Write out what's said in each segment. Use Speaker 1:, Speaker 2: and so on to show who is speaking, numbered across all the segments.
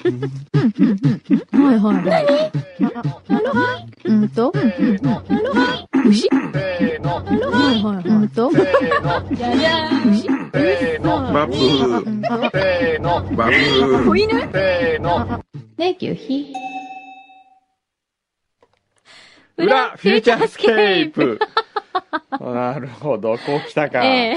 Speaker 1: はいはい。うんと、牛はいはい。うんと、
Speaker 2: バブー、バブー。
Speaker 3: ねぎゅうひ。
Speaker 2: 裏、フューチャースケープ。なるほど、こう来たか。
Speaker 3: ええ
Speaker 2: え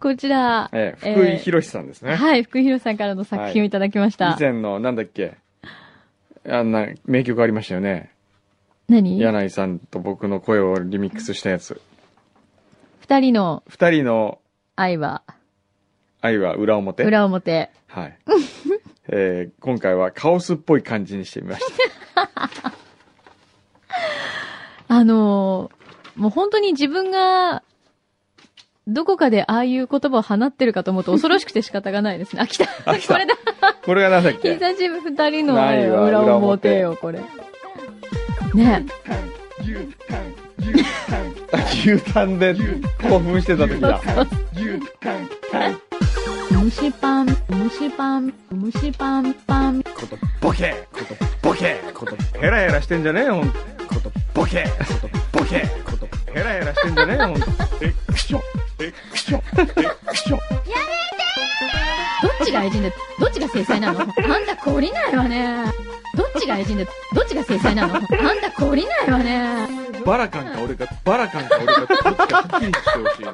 Speaker 3: こちら、
Speaker 2: え
Speaker 3: ええ
Speaker 2: 福井博さんですね。
Speaker 3: はい、福井宏さんからの作品をいただきました
Speaker 2: 以。前の、なんだっけ、あんな、名曲ありましたよね。
Speaker 3: 何
Speaker 2: 柳井さんと僕の声をリミックスしたやつ。
Speaker 3: 二人の
Speaker 2: 二人の
Speaker 3: 愛は、
Speaker 2: 愛は裏表。
Speaker 3: 裏表。
Speaker 2: はい。えー今回はカオスっぽい感じにしてみまし
Speaker 3: あのーもう本当に自分が、どこかでああいう言葉を放ってるかと思うと恐ろしくて仕方がない ですね。あ、来た。
Speaker 2: あ来た
Speaker 3: これだ。
Speaker 2: た。これがなんだっけ
Speaker 3: 久しぶり二人の
Speaker 2: ない
Speaker 3: 愛
Speaker 2: わ
Speaker 3: は裏
Speaker 2: 裏
Speaker 3: 表
Speaker 2: 表
Speaker 3: よ、これ。ね
Speaker 2: 牛タンで興奮してた時だ。
Speaker 3: え。虫パン、虫パン、虫パンパン。
Speaker 2: ことボケことボケことヘラヘラしてんじゃねえよほんことボケことボケことヘラヘラしてんじゃねえよほんエクションエクションエクション
Speaker 3: どっちが愛人で、どっちが制裁なのあんた懲りないわね。どっちが愛人で、どっちが制裁なのあんた懲りないわね。
Speaker 2: バラカンか俺かバラカンか俺かどっちかはっきりしてほしいね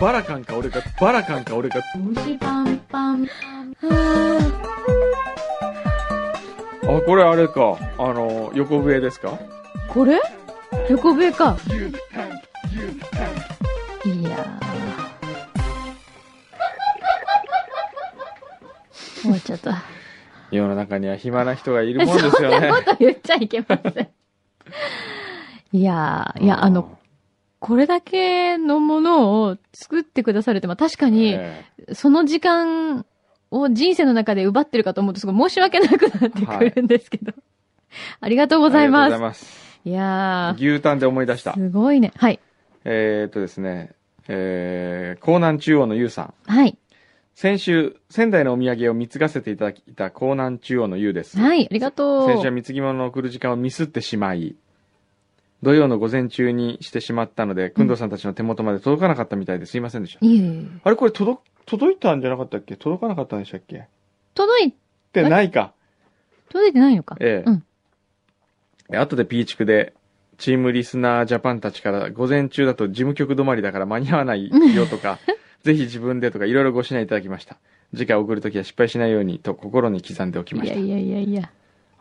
Speaker 2: バラカンか俺かバラカンか俺か
Speaker 3: 虫パンパン。あ
Speaker 2: あこれあれかあの横笛ですか
Speaker 3: ーこれ横笛か。いやー。終わっちゃった。
Speaker 2: 世の中には暇な人がいるもんです よね
Speaker 3: そんなこと言っちゃいけません。いやー、いや、あの、これだけのものを作ってくださるって、まあ確かに、
Speaker 2: え
Speaker 3: その時間を人生の中で奪ってるかと思うと、すごい申し訳なくなってくるんですけど。ありがとう
Speaker 2: え
Speaker 3: ござい
Speaker 2: あ
Speaker 3: ま
Speaker 2: り
Speaker 3: す。
Speaker 2: が
Speaker 3: い
Speaker 2: とうございます
Speaker 3: や
Speaker 2: 牛タンで思い出し
Speaker 3: ー、
Speaker 2: た
Speaker 3: すごいね。はい。
Speaker 2: えー、っとですねえー、江南中央のゆうさん
Speaker 3: はい。
Speaker 2: 先週、仙台のお土産を貢がせていただいた江南中央の優です。
Speaker 3: はい、ありがとう。
Speaker 2: 先週は貢ぎ物を送る時間をミスってしまい、土曜の午前中にしてしまったので、くんどうさんたちの手元まで届かなかったみたいですいませんでした。
Speaker 3: いえいえいえ
Speaker 2: あれこれ届、届いたんじゃなかったっけ届かなかったんでしたっけっ
Speaker 3: 届い、
Speaker 2: てないか。
Speaker 3: 届いてないのか。
Speaker 2: ええ
Speaker 3: うん。
Speaker 2: え後でピーチクで、チームリスナージャパンたちから、午前中だと事務局止まりだから間に合わないよ とか、ぜひ自分でとかいろいろご指南いただきました。次回送るときは失敗しないようにと心に刻んでおきま
Speaker 3: い
Speaker 2: し
Speaker 3: や
Speaker 2: た。
Speaker 3: いやいやいや。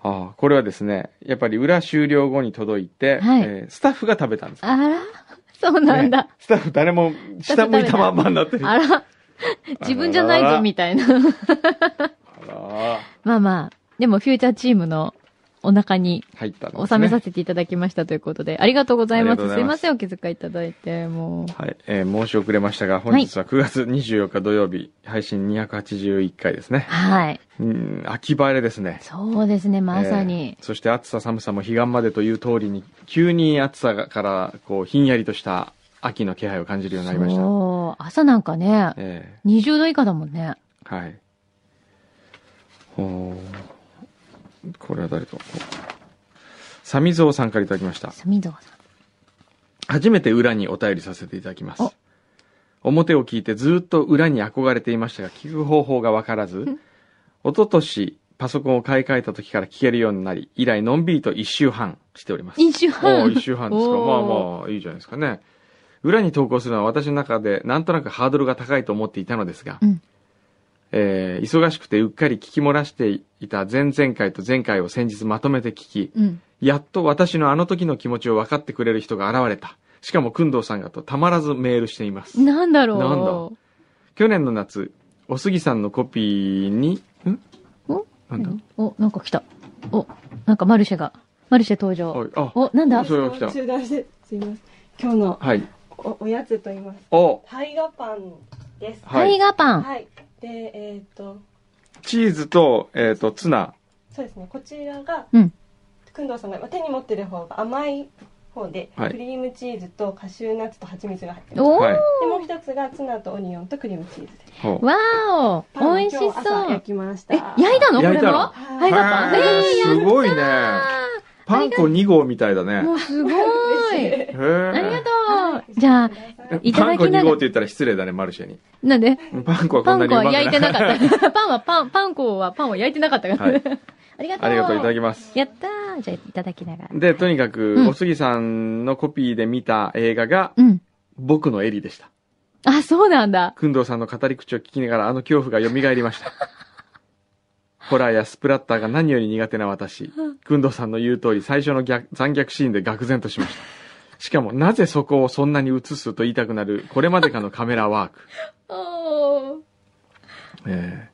Speaker 2: ああこれはですね、やっぱり裏終了後に届いて、
Speaker 3: はい
Speaker 2: えースタッフが食べたんです。
Speaker 3: あら、そうなんだ。
Speaker 2: ねスタッフ誰も下向いたまんまになってる。
Speaker 3: あら、自分じゃないぞみたいな。
Speaker 2: あら
Speaker 3: まあまあ、でもフューチャーチームのお腹に
Speaker 2: 入ったんです、ね。
Speaker 3: 収めさせていただきましたということで、ありがとうございま
Speaker 2: ありがとう
Speaker 3: す。
Speaker 2: ご
Speaker 3: す
Speaker 2: ざ
Speaker 3: い
Speaker 2: いま
Speaker 3: ますせん、お気遣いいただいて、もう。
Speaker 2: はい、えー申し遅れましたが、本日は9月24日土曜日、配信281回ですね。
Speaker 3: はい。
Speaker 2: うん、秋晴れですね。
Speaker 3: そうですね、まさに
Speaker 2: え。ーそして暑さ寒さも彼岸までという通りに、急に暑さがから、こう、ひんやりとした秋の気配を感じるようになりました。
Speaker 3: そう、朝なんかね、
Speaker 2: え
Speaker 3: 20度以下だもんね。
Speaker 2: ーはい。ほうこれは誰と。サミゾウさんからいただきました。
Speaker 3: サミドさ
Speaker 2: 初めて裏にお便りさせていただきます
Speaker 3: お。
Speaker 2: 表を聞いてずっと裏に憧れていましたが、聞く方法がわからず、一昨年パソコンを買い替えた時から聞けるようになり、以来のんびりと一週半しております。
Speaker 3: ん。20
Speaker 2: お
Speaker 3: 半。
Speaker 2: お一週半ですか。まあ
Speaker 3: お
Speaker 2: まあ、いいじゃないですかね。裏に投稿するのは私の中でなんとなくハードルが高いと思っていたのですが、
Speaker 3: うん
Speaker 2: えー忙しくてうっかり聞き漏らしていた前々回と前回を先日まとめて聞き、
Speaker 3: うん。
Speaker 2: やっと私のあの時の気持ちを分かってくれる人が現れた。しかも、くんどうさんがとたまらずメールしています。
Speaker 3: なんだろう。
Speaker 2: なんだ去年の夏、おすぎさんのコピーに、ん
Speaker 3: お
Speaker 2: なんだ
Speaker 3: お、なんか来た。お、なんかマルシェが。マルシェ登場。
Speaker 2: おいあ、
Speaker 3: お、なんだ
Speaker 2: それが来た
Speaker 4: 中断して、すいません。今日の
Speaker 2: はい。
Speaker 4: おおやつと言います。
Speaker 2: お、
Speaker 4: タイガパンです。
Speaker 2: は
Speaker 3: タイ
Speaker 2: い。
Speaker 3: ガーパン。
Speaker 4: はい。で、えっ、と、
Speaker 2: チーズと、えっ、と、ツナ。
Speaker 4: そうですね。こちらが、
Speaker 3: うん
Speaker 4: くんどうさんがまあ手に持ってる方が甘い方で、
Speaker 2: はい
Speaker 4: クリームチーズとカシューナッツと蜂蜜が入ってます。
Speaker 3: おー、
Speaker 2: はい
Speaker 4: でもう一つがツナとオニオンとクリームチーズです。
Speaker 2: ほう
Speaker 3: わーお美味し
Speaker 4: パ
Speaker 3: そ
Speaker 4: ンを今日朝焼
Speaker 3: う
Speaker 4: きました。
Speaker 3: え、焼いたのこ
Speaker 2: 焼い
Speaker 3: れ
Speaker 2: た
Speaker 3: も
Speaker 2: の
Speaker 4: はい
Speaker 3: よかった
Speaker 2: へー
Speaker 3: えーやった
Speaker 2: すごいねパン粉2号みたいだ
Speaker 3: も
Speaker 2: ね
Speaker 3: うすご い
Speaker 4: 嬉し
Speaker 2: へ
Speaker 3: ありが
Speaker 2: え
Speaker 3: とうじゃあ、
Speaker 2: え
Speaker 3: いた
Speaker 2: パ
Speaker 3: だ
Speaker 2: ン粉
Speaker 3: きながら
Speaker 2: 2号って言ったら失礼だねマルシェに
Speaker 3: なんで
Speaker 2: パン粉はこ
Speaker 3: パ
Speaker 2: んな
Speaker 3: ン
Speaker 2: に
Speaker 3: 粉
Speaker 2: うま
Speaker 3: は
Speaker 2: くない
Speaker 3: 焼いてなか った。パンはパン、パン粉はパンを焼いてなかったから。
Speaker 2: はい
Speaker 3: ありがとう。
Speaker 2: ありがとういただきます
Speaker 3: やったー。じゃあ、いただきながら。
Speaker 2: でとにかく、
Speaker 3: うん
Speaker 2: おすぎさんのコピーで見た映画が
Speaker 3: うん。
Speaker 2: 僕のエリでした
Speaker 3: あ、そうなんだ。
Speaker 2: 工藤さんの語り口を聞きながらあの恐怖が蘇りました ホラーやスプラッターが何より苦手な私工藤さんの言う通り最初の逆残虐シーンで愕然としましたしかもなぜそこをそんなに映すと言いたくなるこれまでかのカメラワーク、
Speaker 3: おー。
Speaker 2: えー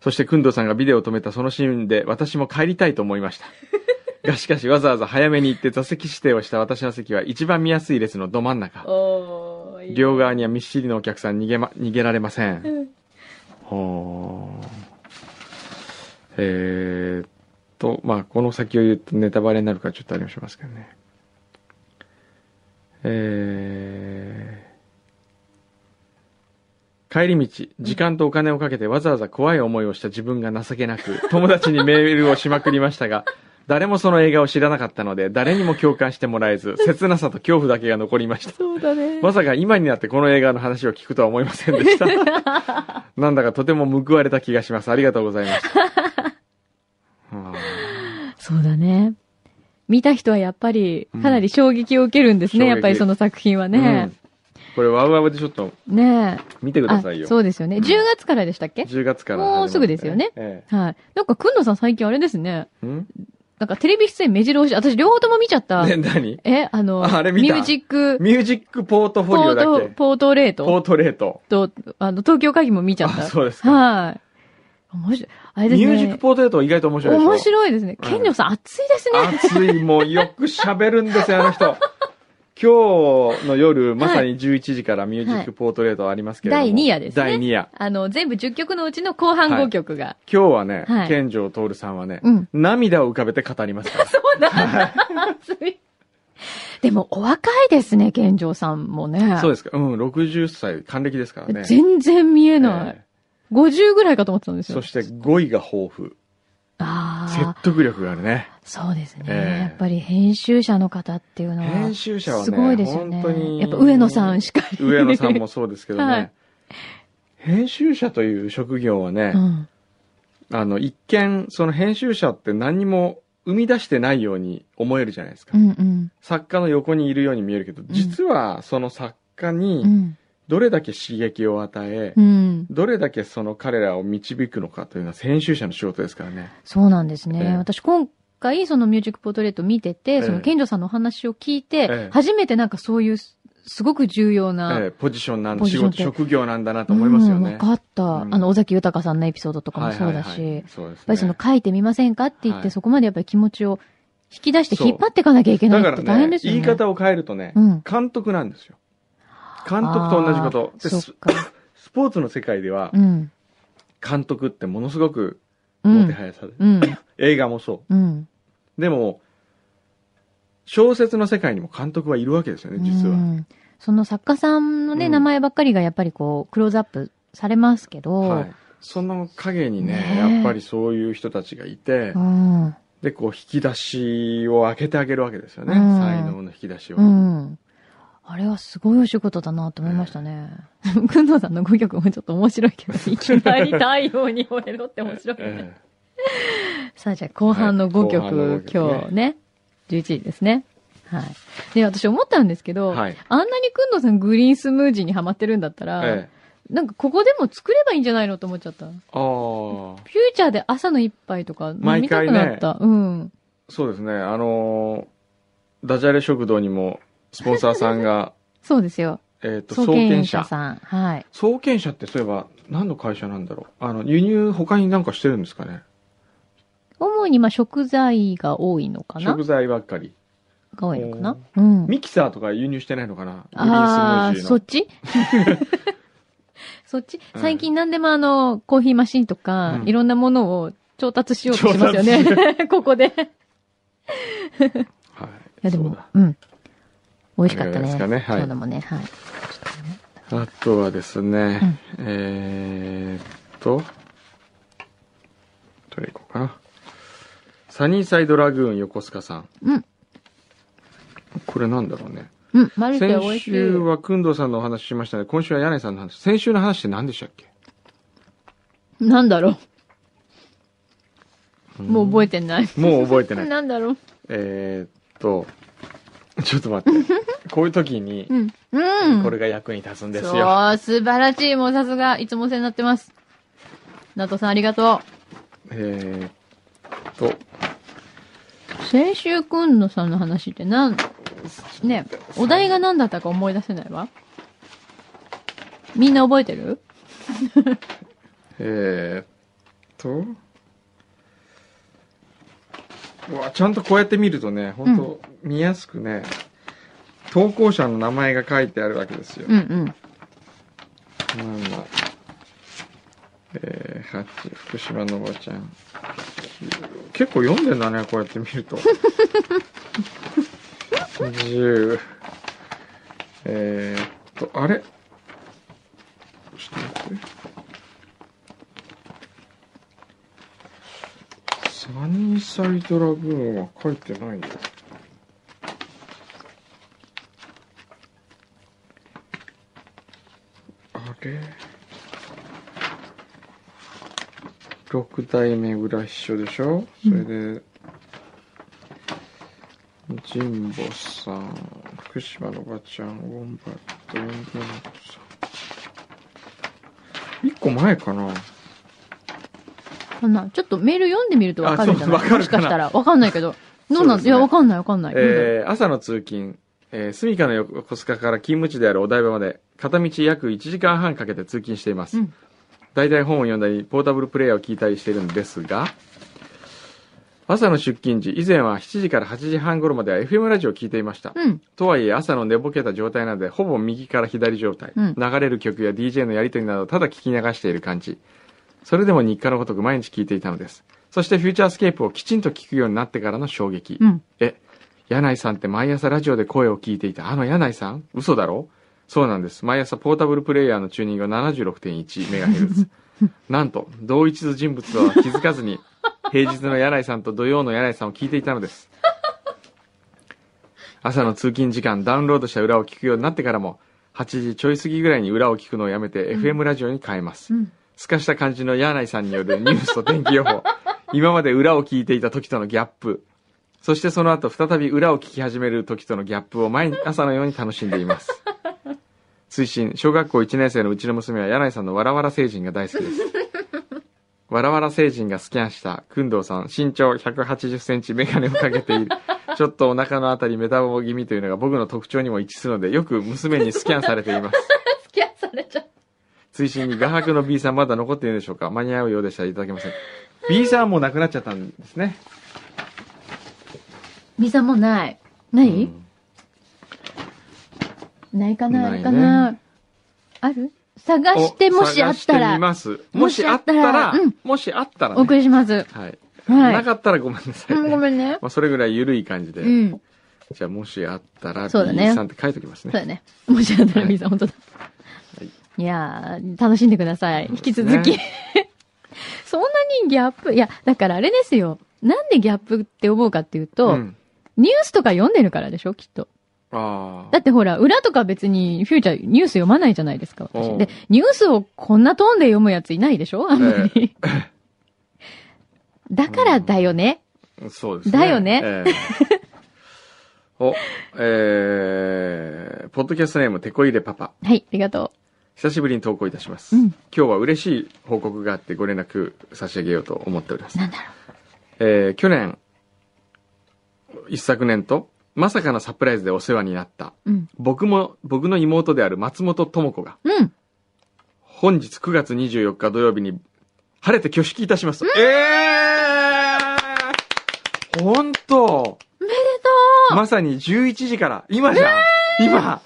Speaker 2: そして工藤さんがビデオを止めたそのシーンで私も帰りたいと思いましたがしかしわざわざ早めに行って座席指定をした私の席は一番見やすい列のど真ん中
Speaker 3: おー。
Speaker 2: 両側にはみっしりのお客さん逃げ,、ま、逃げられません、
Speaker 3: ん
Speaker 2: ほーえーっとまあこの先を言うとネタバレになるからちょっとあれもしますけどねえー帰り道時間とお金をかけてわざわざ怖い思いをした自分が情けなく友達にメールをしまくりましたが誰もその映画を知らなかったので誰にも共感してもらえず切なさと恐怖だけが残りました
Speaker 3: そうだ ね。
Speaker 2: まさか今になってこの映画の話を聞くとは思いませんで した。なんだかとても報われた気がします。ありがとうございました。は
Speaker 3: そうだね。見た人はやっぱり、かなり衝撃を受けるんですね。
Speaker 2: うん
Speaker 3: やっぱりその作品は
Speaker 2: あ
Speaker 3: ね。
Speaker 2: うんこれワウワウでちょっと
Speaker 3: ねえ。
Speaker 2: 見てくだ
Speaker 3: あ
Speaker 2: さい、よ。
Speaker 3: そうですよね。
Speaker 2: うん
Speaker 3: 10月からでしたっけ
Speaker 2: 10月から、
Speaker 3: もうすぐですよね
Speaker 2: え
Speaker 3: はい。なんか、くんのさん最近あれですね。
Speaker 2: え。ん
Speaker 3: なんか、テレビ出演目白押し、私両方とも見ちゃ った。
Speaker 2: ね、何
Speaker 3: え、あの、
Speaker 2: ああれ見
Speaker 3: ミ
Speaker 2: た
Speaker 3: ュージック、
Speaker 2: ミュージックポートフ
Speaker 3: ポ
Speaker 2: ォリオ
Speaker 3: ー
Speaker 2: だっ
Speaker 3: ト
Speaker 2: け、
Speaker 3: ポートレー
Speaker 2: ポ
Speaker 3: ト
Speaker 2: ートレート。
Speaker 3: と、あの、東京会議も見ちゃっ
Speaker 2: あ、
Speaker 3: た。
Speaker 2: そうですか。
Speaker 3: はい。面白い。あれです
Speaker 2: ミ
Speaker 3: ね。
Speaker 2: ュージックポートレートは意外と面白いでしょ
Speaker 3: 面白いですね。
Speaker 2: うん
Speaker 3: ケンジョさん熱いですね。
Speaker 2: 熱い、もうよく喋るんですよ、あ の人。今日の夜、まさに11時からミュージックポートレートありますけれども。
Speaker 3: はい第二夜ですね
Speaker 2: 第2夜。
Speaker 3: あの、全部10曲のうちの後半
Speaker 2: はい
Speaker 3: 5曲が。
Speaker 2: 今日はね、
Speaker 3: はい
Speaker 2: 健城徹さんはね、
Speaker 3: うん
Speaker 2: 涙を浮かべて語りますから。
Speaker 3: 熱い。でも、お若いですね、ケンジョさんもね。
Speaker 2: そうですか。うん、60歳、還暦ですからね。
Speaker 3: 全然見え
Speaker 2: え
Speaker 3: ない。
Speaker 2: え
Speaker 3: 50ぐらいかと思ってたんですよ。
Speaker 2: そして語彙が豊富。
Speaker 3: あ
Speaker 2: 説
Speaker 3: あ、
Speaker 2: 得力があるね。
Speaker 3: そうですね、
Speaker 2: ええ
Speaker 3: やっぱり編集者の方っていうのは。
Speaker 2: 編集者はね、
Speaker 3: すごいですよね。
Speaker 2: 本当に。
Speaker 3: やっぱ上野さんしかり。
Speaker 2: 上野さん。もそうですけど ね。
Speaker 3: はい
Speaker 2: 編集者という職業はね
Speaker 3: う、ん。
Speaker 2: あの、一見、その編集者って何も生み出してないように思えるじゃないですか。
Speaker 3: うんうん。
Speaker 2: 作家の横にいるように見えるけど、実はその作家
Speaker 3: う
Speaker 2: に
Speaker 3: ん。
Speaker 2: どれだけ刺激を与え、
Speaker 3: うん。
Speaker 2: どれだけその彼らを導くのかというのは編集者の仕事ですからね。
Speaker 3: そうなんですね。
Speaker 2: ええ
Speaker 3: 私今回そのミュージックポートレート見てて、
Speaker 2: ええ
Speaker 3: その賢者さんのお話を聞いて、
Speaker 2: ええ
Speaker 3: 初めてなんかそういうすすごく重要な、
Speaker 2: ええポジションなん
Speaker 3: ポジ
Speaker 2: 仕
Speaker 3: ションって
Speaker 2: 事、職業なんだなと思いますよ
Speaker 3: うん
Speaker 2: ね。
Speaker 3: わかった。
Speaker 2: うん
Speaker 3: あの、尾崎豊さんのエピソードとか
Speaker 2: は
Speaker 3: も
Speaker 2: い
Speaker 3: そ
Speaker 2: は
Speaker 3: う
Speaker 2: い
Speaker 3: だし、
Speaker 2: はい
Speaker 3: やっ
Speaker 2: そうですね。
Speaker 3: ぱりその書いてみませんかって言って、
Speaker 2: はい
Speaker 3: そこまでやっぱり気持ちを引き出して
Speaker 2: そう
Speaker 3: 引っ張っていかなきゃいけない
Speaker 2: だか
Speaker 3: って大
Speaker 2: ら
Speaker 3: 変
Speaker 2: ね
Speaker 3: ですよ
Speaker 2: 言
Speaker 3: ね。
Speaker 2: い方を変えるとね、
Speaker 3: うん。
Speaker 2: 監督なんですよ。監督と同じこと。
Speaker 3: あー
Speaker 2: で
Speaker 3: そ
Speaker 2: ス
Speaker 3: っか。
Speaker 2: スポーツの世界では
Speaker 3: う、 ん。
Speaker 2: 監督ってものすごく
Speaker 3: う
Speaker 2: もて
Speaker 3: ん。
Speaker 2: はやされる。
Speaker 3: うん。
Speaker 2: 映画もそ
Speaker 3: うん。
Speaker 2: う。でも、小説の世界にも監督はいるわけですよね、実
Speaker 3: う
Speaker 2: は。
Speaker 3: んその作家さんのね、
Speaker 2: うん
Speaker 3: 名前ばっかりがやっぱりこう、クローズアップされますけど、
Speaker 2: はい。その影にね、
Speaker 3: ねえ
Speaker 2: やっぱりそういう人たちがいて
Speaker 3: う、ん。
Speaker 2: で、こう、引き出しを開けてあげるわけですよね。
Speaker 3: うん
Speaker 2: 才能の引き出しを。
Speaker 3: うん。あれはすごいお仕事だなと思いました ね。くんどうさんの5曲もちょっと面白いけど、いきなり太陽に吠えろって面白いね。
Speaker 2: ええ
Speaker 3: さあじゃあ後半の5
Speaker 2: はい後半の
Speaker 3: 曲、
Speaker 2: 5
Speaker 3: 今
Speaker 2: 曲ね
Speaker 3: 日ね、11時ですね。はい。で、私思ったんですけど、
Speaker 2: はい。
Speaker 3: あんなにくんどうさんグリーンスムージーにハマってるんだったら、
Speaker 2: ええ。
Speaker 3: なんかここでも作ればいいんじゃないのと思っちゃった。フ
Speaker 2: ああ、
Speaker 3: ューチャーで朝の一杯とか飲みた
Speaker 2: 毎回
Speaker 3: く
Speaker 2: ね
Speaker 3: なった。うん。
Speaker 2: そうですね。あのーダジャレ食堂にも、スポンサーさ んが、
Speaker 3: そうですよ。
Speaker 2: えっと、
Speaker 3: 創
Speaker 2: 創
Speaker 3: 建
Speaker 2: 建
Speaker 3: 者
Speaker 2: 者。
Speaker 3: さん。はい。
Speaker 2: 創建者ってそういえば、何の会社なんだろう。あの、輸入他になんかしてるんですかね。
Speaker 3: 主にまあ食材が多いのかな
Speaker 2: 食材ばっかり。
Speaker 3: が多いのかなうん。
Speaker 2: ミキサーとか輸入してないのかなグリ
Speaker 3: あ
Speaker 2: ー
Speaker 3: あ
Speaker 2: ン
Speaker 3: ー、
Speaker 2: スムージー
Speaker 3: そ
Speaker 2: の。
Speaker 3: っ ちそっち
Speaker 2: うん
Speaker 3: 最近何でもあの、コーヒーマシンとか、
Speaker 2: うん
Speaker 3: いろんなものを調達しよう としますよね。ここで。い
Speaker 2: はい。
Speaker 3: やで
Speaker 2: そう
Speaker 3: も
Speaker 2: だ、
Speaker 3: うん。美味しかったね。
Speaker 2: これぐらいですかねはい
Speaker 3: そうだもんね。はい。ちょっとね
Speaker 2: あとはですね、えーっと、どれ行こうかな。サニーサイドラグーン横須賀さん。
Speaker 3: うん。
Speaker 2: これなんだろうね。
Speaker 3: うん、マルで美
Speaker 2: 先
Speaker 3: 味しい。
Speaker 2: 週はくんどうさんのお話しましたね。今週は柳井さんの話。先週の話って何でしたっけ
Speaker 3: なんだろう。もう覚
Speaker 2: え
Speaker 3: えてない。
Speaker 2: もう覚えてない。
Speaker 3: なんだろう。
Speaker 2: えーっと、ちょっと待って。 こういう時に
Speaker 3: う、ん。うん。
Speaker 2: これが役に立つんですよ。
Speaker 3: そう、素晴らしい。もうさすが、いつもお世話になってます。ナトさんありがと
Speaker 2: えーっと、
Speaker 3: う。先週くんのさんの話ってなん、ね、お題が何だったか思い出せないわ。みんな覚えてる
Speaker 2: えー、っと。うわ、ちゃんとこうやって見るとね、本当見やすくね、投稿者の名前が書いてあるわけですよ。
Speaker 3: うんうん。
Speaker 2: まあまあ。えー、8、福島のおばちゃん。9結構読んでんだね、こうやって見ると。10。えーっと、あれちょっと待って。サニーサイドラグーンは書いてないな。あれ六代目浦秘書でしょそれで、神保さん福島のおばちゃんウォンバットウォンバットさん一個前かな
Speaker 3: かなちょっとメール読んでみるとわかるんじゃない
Speaker 2: あそうわか
Speaker 3: も
Speaker 2: る
Speaker 3: し
Speaker 2: か
Speaker 3: か
Speaker 2: な
Speaker 3: したら。わかんないけど。どう
Speaker 2: そ
Speaker 3: な、
Speaker 2: うんです
Speaker 3: い
Speaker 2: ね
Speaker 3: や、わかんないわかんない。
Speaker 2: えー朝の通勤、えー、住処の横須賀から勤務地であるお台場まで、片道約1時間半かけて通勤しています。
Speaker 3: うん
Speaker 2: 大体本を読んだり、ポータブルプレイヤーを聞いたりしているんですが、朝の出勤時、以前は7時から8時半頃までは FM ラジオを聞いていました。
Speaker 3: うん。
Speaker 2: とはいえ、朝の寝ぼけた状態なので、ほぼ右から左状態。
Speaker 3: うん
Speaker 2: 流れる曲や DJ のやりとりなど、ただ聞き流している感じ。それでも日課のごとく毎日聞いていたのです。そして、フューチャースケープをきちんと聞くようになってからの衝撃。
Speaker 3: うん。
Speaker 2: え、柳井さんって毎朝ラジオで声を聞いていたあの柳井さん嘘だろそうなんです。毎朝ポータブルプレイヤーのチューニングは 76.1MHz。なんと、同一の人物とは気づかずに、平日の柳井さんと土曜の柳井さんを聞いていたのです。朝の通勤時間、ダウンロードした裏を聞くようになってからも、8時ちょい過ぎぐらいに裏を聞くのをやめて、FM ラジオに変えます。
Speaker 3: うん。
Speaker 2: すかした感じの柳井さんによるニュースと天気予報。今まで裏を聞いていた時とのギャップ。そしてその後再び裏を聞き始める時とのギャップを毎朝のように楽しんでいます。推進、小学校1年生のうちの娘は柳井さんのわらわら星人が大好きです。わらわら星人がスキャンした、くんどうさん、身長180センチ、メガネをかけている。ちょっとお腹のあたりメタボ気味というのが僕の特徴にも一致するので、よく娘にスキャンされています。
Speaker 3: スキャンされちゃっ
Speaker 2: 追伸に画伯の B さんまだ残っているでしょうか間に合うようでしたらいただけません B さんはもうなくなっちゃったんですね
Speaker 3: ビザもない。ない、ないかなあ
Speaker 2: ないね
Speaker 3: るかな、ある探
Speaker 2: お
Speaker 3: して、もしあった
Speaker 2: 探してみ
Speaker 3: ら、
Speaker 2: ますもしあったら
Speaker 3: もしあったらうんお
Speaker 2: もしあったらね
Speaker 3: 送りします。
Speaker 2: はい
Speaker 3: は。
Speaker 2: ないかったらごめんなさい
Speaker 3: うん、ご
Speaker 2: ね
Speaker 3: めんね。
Speaker 2: まあそれぐらい緩い感じで
Speaker 3: うん。そ
Speaker 2: じゃあもしあったら B
Speaker 3: そうだね
Speaker 2: さんって書いておきます
Speaker 3: う
Speaker 2: ね
Speaker 3: だね。もしあったら、
Speaker 2: はい
Speaker 3: ビザ、本当だ。
Speaker 2: はい
Speaker 3: いやー、楽しんでください。引き続き。
Speaker 2: ね
Speaker 3: そんなにギャップ、いや、だからあれですよ。なんでギャップって思うかっていうと、
Speaker 2: ん
Speaker 3: ニュースとか読んでるからでしょ、きっと。
Speaker 2: あ
Speaker 3: だってほら、裏とか別にフューチャーニュース読まないじゃないですか、
Speaker 2: う
Speaker 3: 私。
Speaker 2: ん
Speaker 3: で、ニュースをこんなトーンで読むやついないでしょあんまり。 だからだよね。
Speaker 2: あそうです
Speaker 3: だよね
Speaker 2: え えおえーポッドキャストネームてこ入れパパ
Speaker 3: はい、ありがと
Speaker 2: 久しぶりに投稿いたします、
Speaker 3: うん
Speaker 2: 今日は嬉しい報告があってご連絡差し上げようと思っておりま
Speaker 3: う。
Speaker 2: す
Speaker 3: なんだろ
Speaker 2: えー去年一昨年とまさかのサプライズでお世話になった
Speaker 3: う。うん。
Speaker 2: 僕も僕の妹である松本智子が
Speaker 3: うん。
Speaker 2: 本日9月24日土曜日に晴れて挙式いたします、ええー、本当
Speaker 3: おめで
Speaker 2: まさに11時から今じゃん、今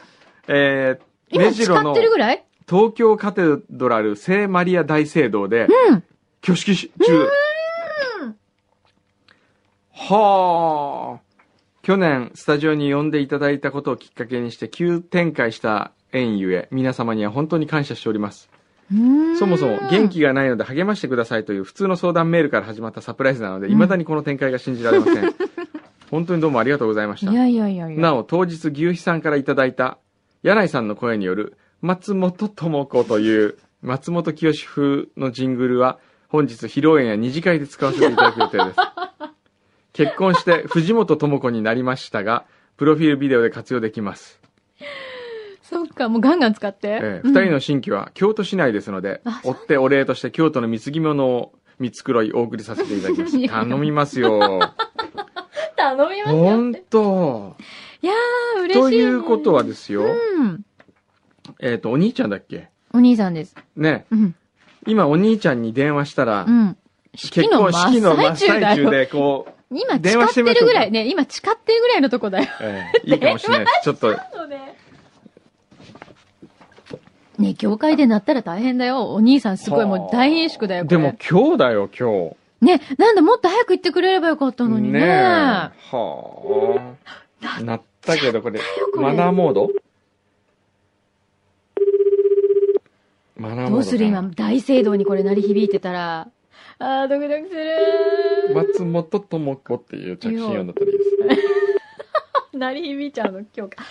Speaker 2: えー、
Speaker 3: とう今
Speaker 2: 目白
Speaker 3: 使っ
Speaker 2: の
Speaker 3: てるぐらい
Speaker 2: 東京カテドラル聖マリア大聖堂で、
Speaker 3: うん。
Speaker 2: 挙式し中。はあ。去年スタジオに呼んでいただいたことをきっかけにして急展開した縁ゆえ皆様には本当に感謝しておりますそもそも元気がないので励ましてくださいという普通の相談メールから始まったサプライズなので
Speaker 3: うん
Speaker 2: いまだにこの展開が信じられません、本当にどうもありがとうございまし
Speaker 3: い
Speaker 2: た
Speaker 3: やいやいやいや。
Speaker 2: なお当日牛肥さんからいただいた柳井さんの声による松本智子という松本清風のジングルは本日披露宴や二次会で使わせていただく予定です結婚して藤本智子になりましたがプロフィールビデオで活用できます、
Speaker 3: そっか、もうガンガン使って。
Speaker 2: え
Speaker 3: う
Speaker 2: ー
Speaker 3: ん
Speaker 2: 2人の新規は京都市内ですので、
Speaker 3: あ
Speaker 2: 追ってお礼として京都の貢ぎ物を見繕いお送りさせていただきます頼みますよ
Speaker 5: 頼みますよっ
Speaker 2: 本
Speaker 5: て。
Speaker 2: 当
Speaker 3: いやー、嬉しい。
Speaker 2: ということはですよ、
Speaker 3: うん。
Speaker 2: えっ、とお兄ちゃんだっけ
Speaker 3: お兄さんです。
Speaker 2: ね
Speaker 3: うん。
Speaker 2: 今お兄ちゃんに電話したら、
Speaker 3: うん。
Speaker 2: 結婚式の真っ最
Speaker 3: だ
Speaker 2: 中
Speaker 3: よ。
Speaker 2: でこ う、
Speaker 3: 今、
Speaker 2: 電
Speaker 3: 誓
Speaker 2: 話
Speaker 3: っ
Speaker 2: して
Speaker 3: て
Speaker 2: みましょ
Speaker 3: るぐ
Speaker 2: うか
Speaker 3: らいね、今、誓ってるぐらいのとこだよ。
Speaker 2: ええいいかもしれないですちょっと
Speaker 3: ね、業界でなったら大変だよ。お兄さんすごいもう大変祝だよ、こ
Speaker 2: で
Speaker 3: れ。
Speaker 2: も今日だよ今
Speaker 3: ね、なんだ、もっと早く言ってくれればよかった
Speaker 2: 日
Speaker 3: のにね。
Speaker 2: えはあなったけどこれ
Speaker 3: これ
Speaker 2: マナーモードマナーモードかな
Speaker 3: どうする今、大聖堂にこれ鳴り響いてたら。あー、ドキドキする
Speaker 2: 松本智子っていう着信音だったらいいです
Speaker 3: 鳴り響いちゃうの、今日か。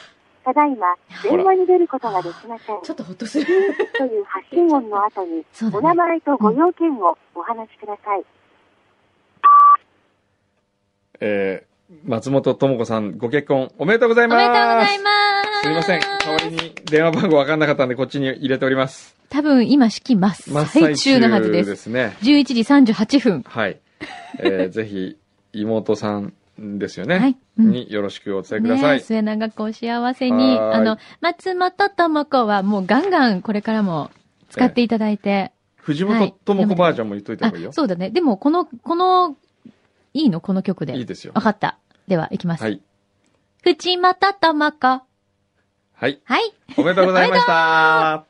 Speaker 6: ただいま、電話に出ることができません。
Speaker 3: ちょっとほっとする。
Speaker 6: という発信音の後に、
Speaker 3: そうだ
Speaker 6: お
Speaker 3: ね
Speaker 6: 名前とご用件をお話しください。
Speaker 2: えー松本智子さんご結婚おめでとうござい
Speaker 3: お
Speaker 2: ま
Speaker 3: め
Speaker 2: す
Speaker 3: でとうございます。
Speaker 2: すいません代わりに電話番号わかんなかったんでこっちに入れております
Speaker 3: 多分今式真
Speaker 2: 真
Speaker 3: っ
Speaker 2: っ最
Speaker 3: 最
Speaker 2: 中
Speaker 3: 中のはず
Speaker 2: で
Speaker 3: です。
Speaker 2: すね
Speaker 3: 11時38分。
Speaker 2: はい。 えーぜひ、妹さんですよね。
Speaker 3: はいうん
Speaker 2: によろしくお伝えくださ
Speaker 3: ね
Speaker 2: い。
Speaker 3: え、末永くお幸せに。
Speaker 2: はーい
Speaker 3: あの、松本智子はもうガンガンこれからも使っていただいて。
Speaker 2: 藤
Speaker 3: は
Speaker 2: 本
Speaker 3: い
Speaker 2: 智子バージョンも言っといた
Speaker 3: あ
Speaker 2: 方がいいよ。、
Speaker 3: そうだね。でも、この、この、いいのこの曲で。
Speaker 2: いいですよ
Speaker 3: わ。かった。では、いきます。
Speaker 2: はい。
Speaker 3: 口元智子。は
Speaker 2: はい。
Speaker 3: い。
Speaker 2: おめでとうございました。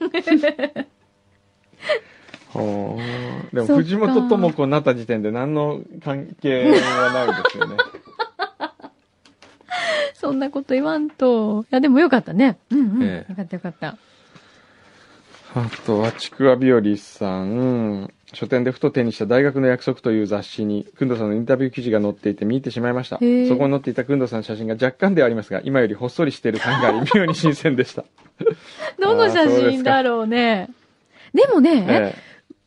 Speaker 2: ほーでも
Speaker 3: そっか
Speaker 2: 藤本智子になった時点で何の関係はないですよね。
Speaker 3: そんなこと言わんと。いや、でもよかったね。うんうん。
Speaker 2: ええ
Speaker 3: よかったよかった。
Speaker 2: あとは、ちくわびよりさん。書店でふと手にした大学の約束という雑誌に、くんどさんのインタビュー記事が載っていて見入ってしまいました。そこ
Speaker 3: へえ
Speaker 2: に載っていたくんどさんの写真が若干ではありますが、今よりほっそりしている感があり、妙に新鮮でした。
Speaker 3: どの写真だろうね。でもね、
Speaker 2: え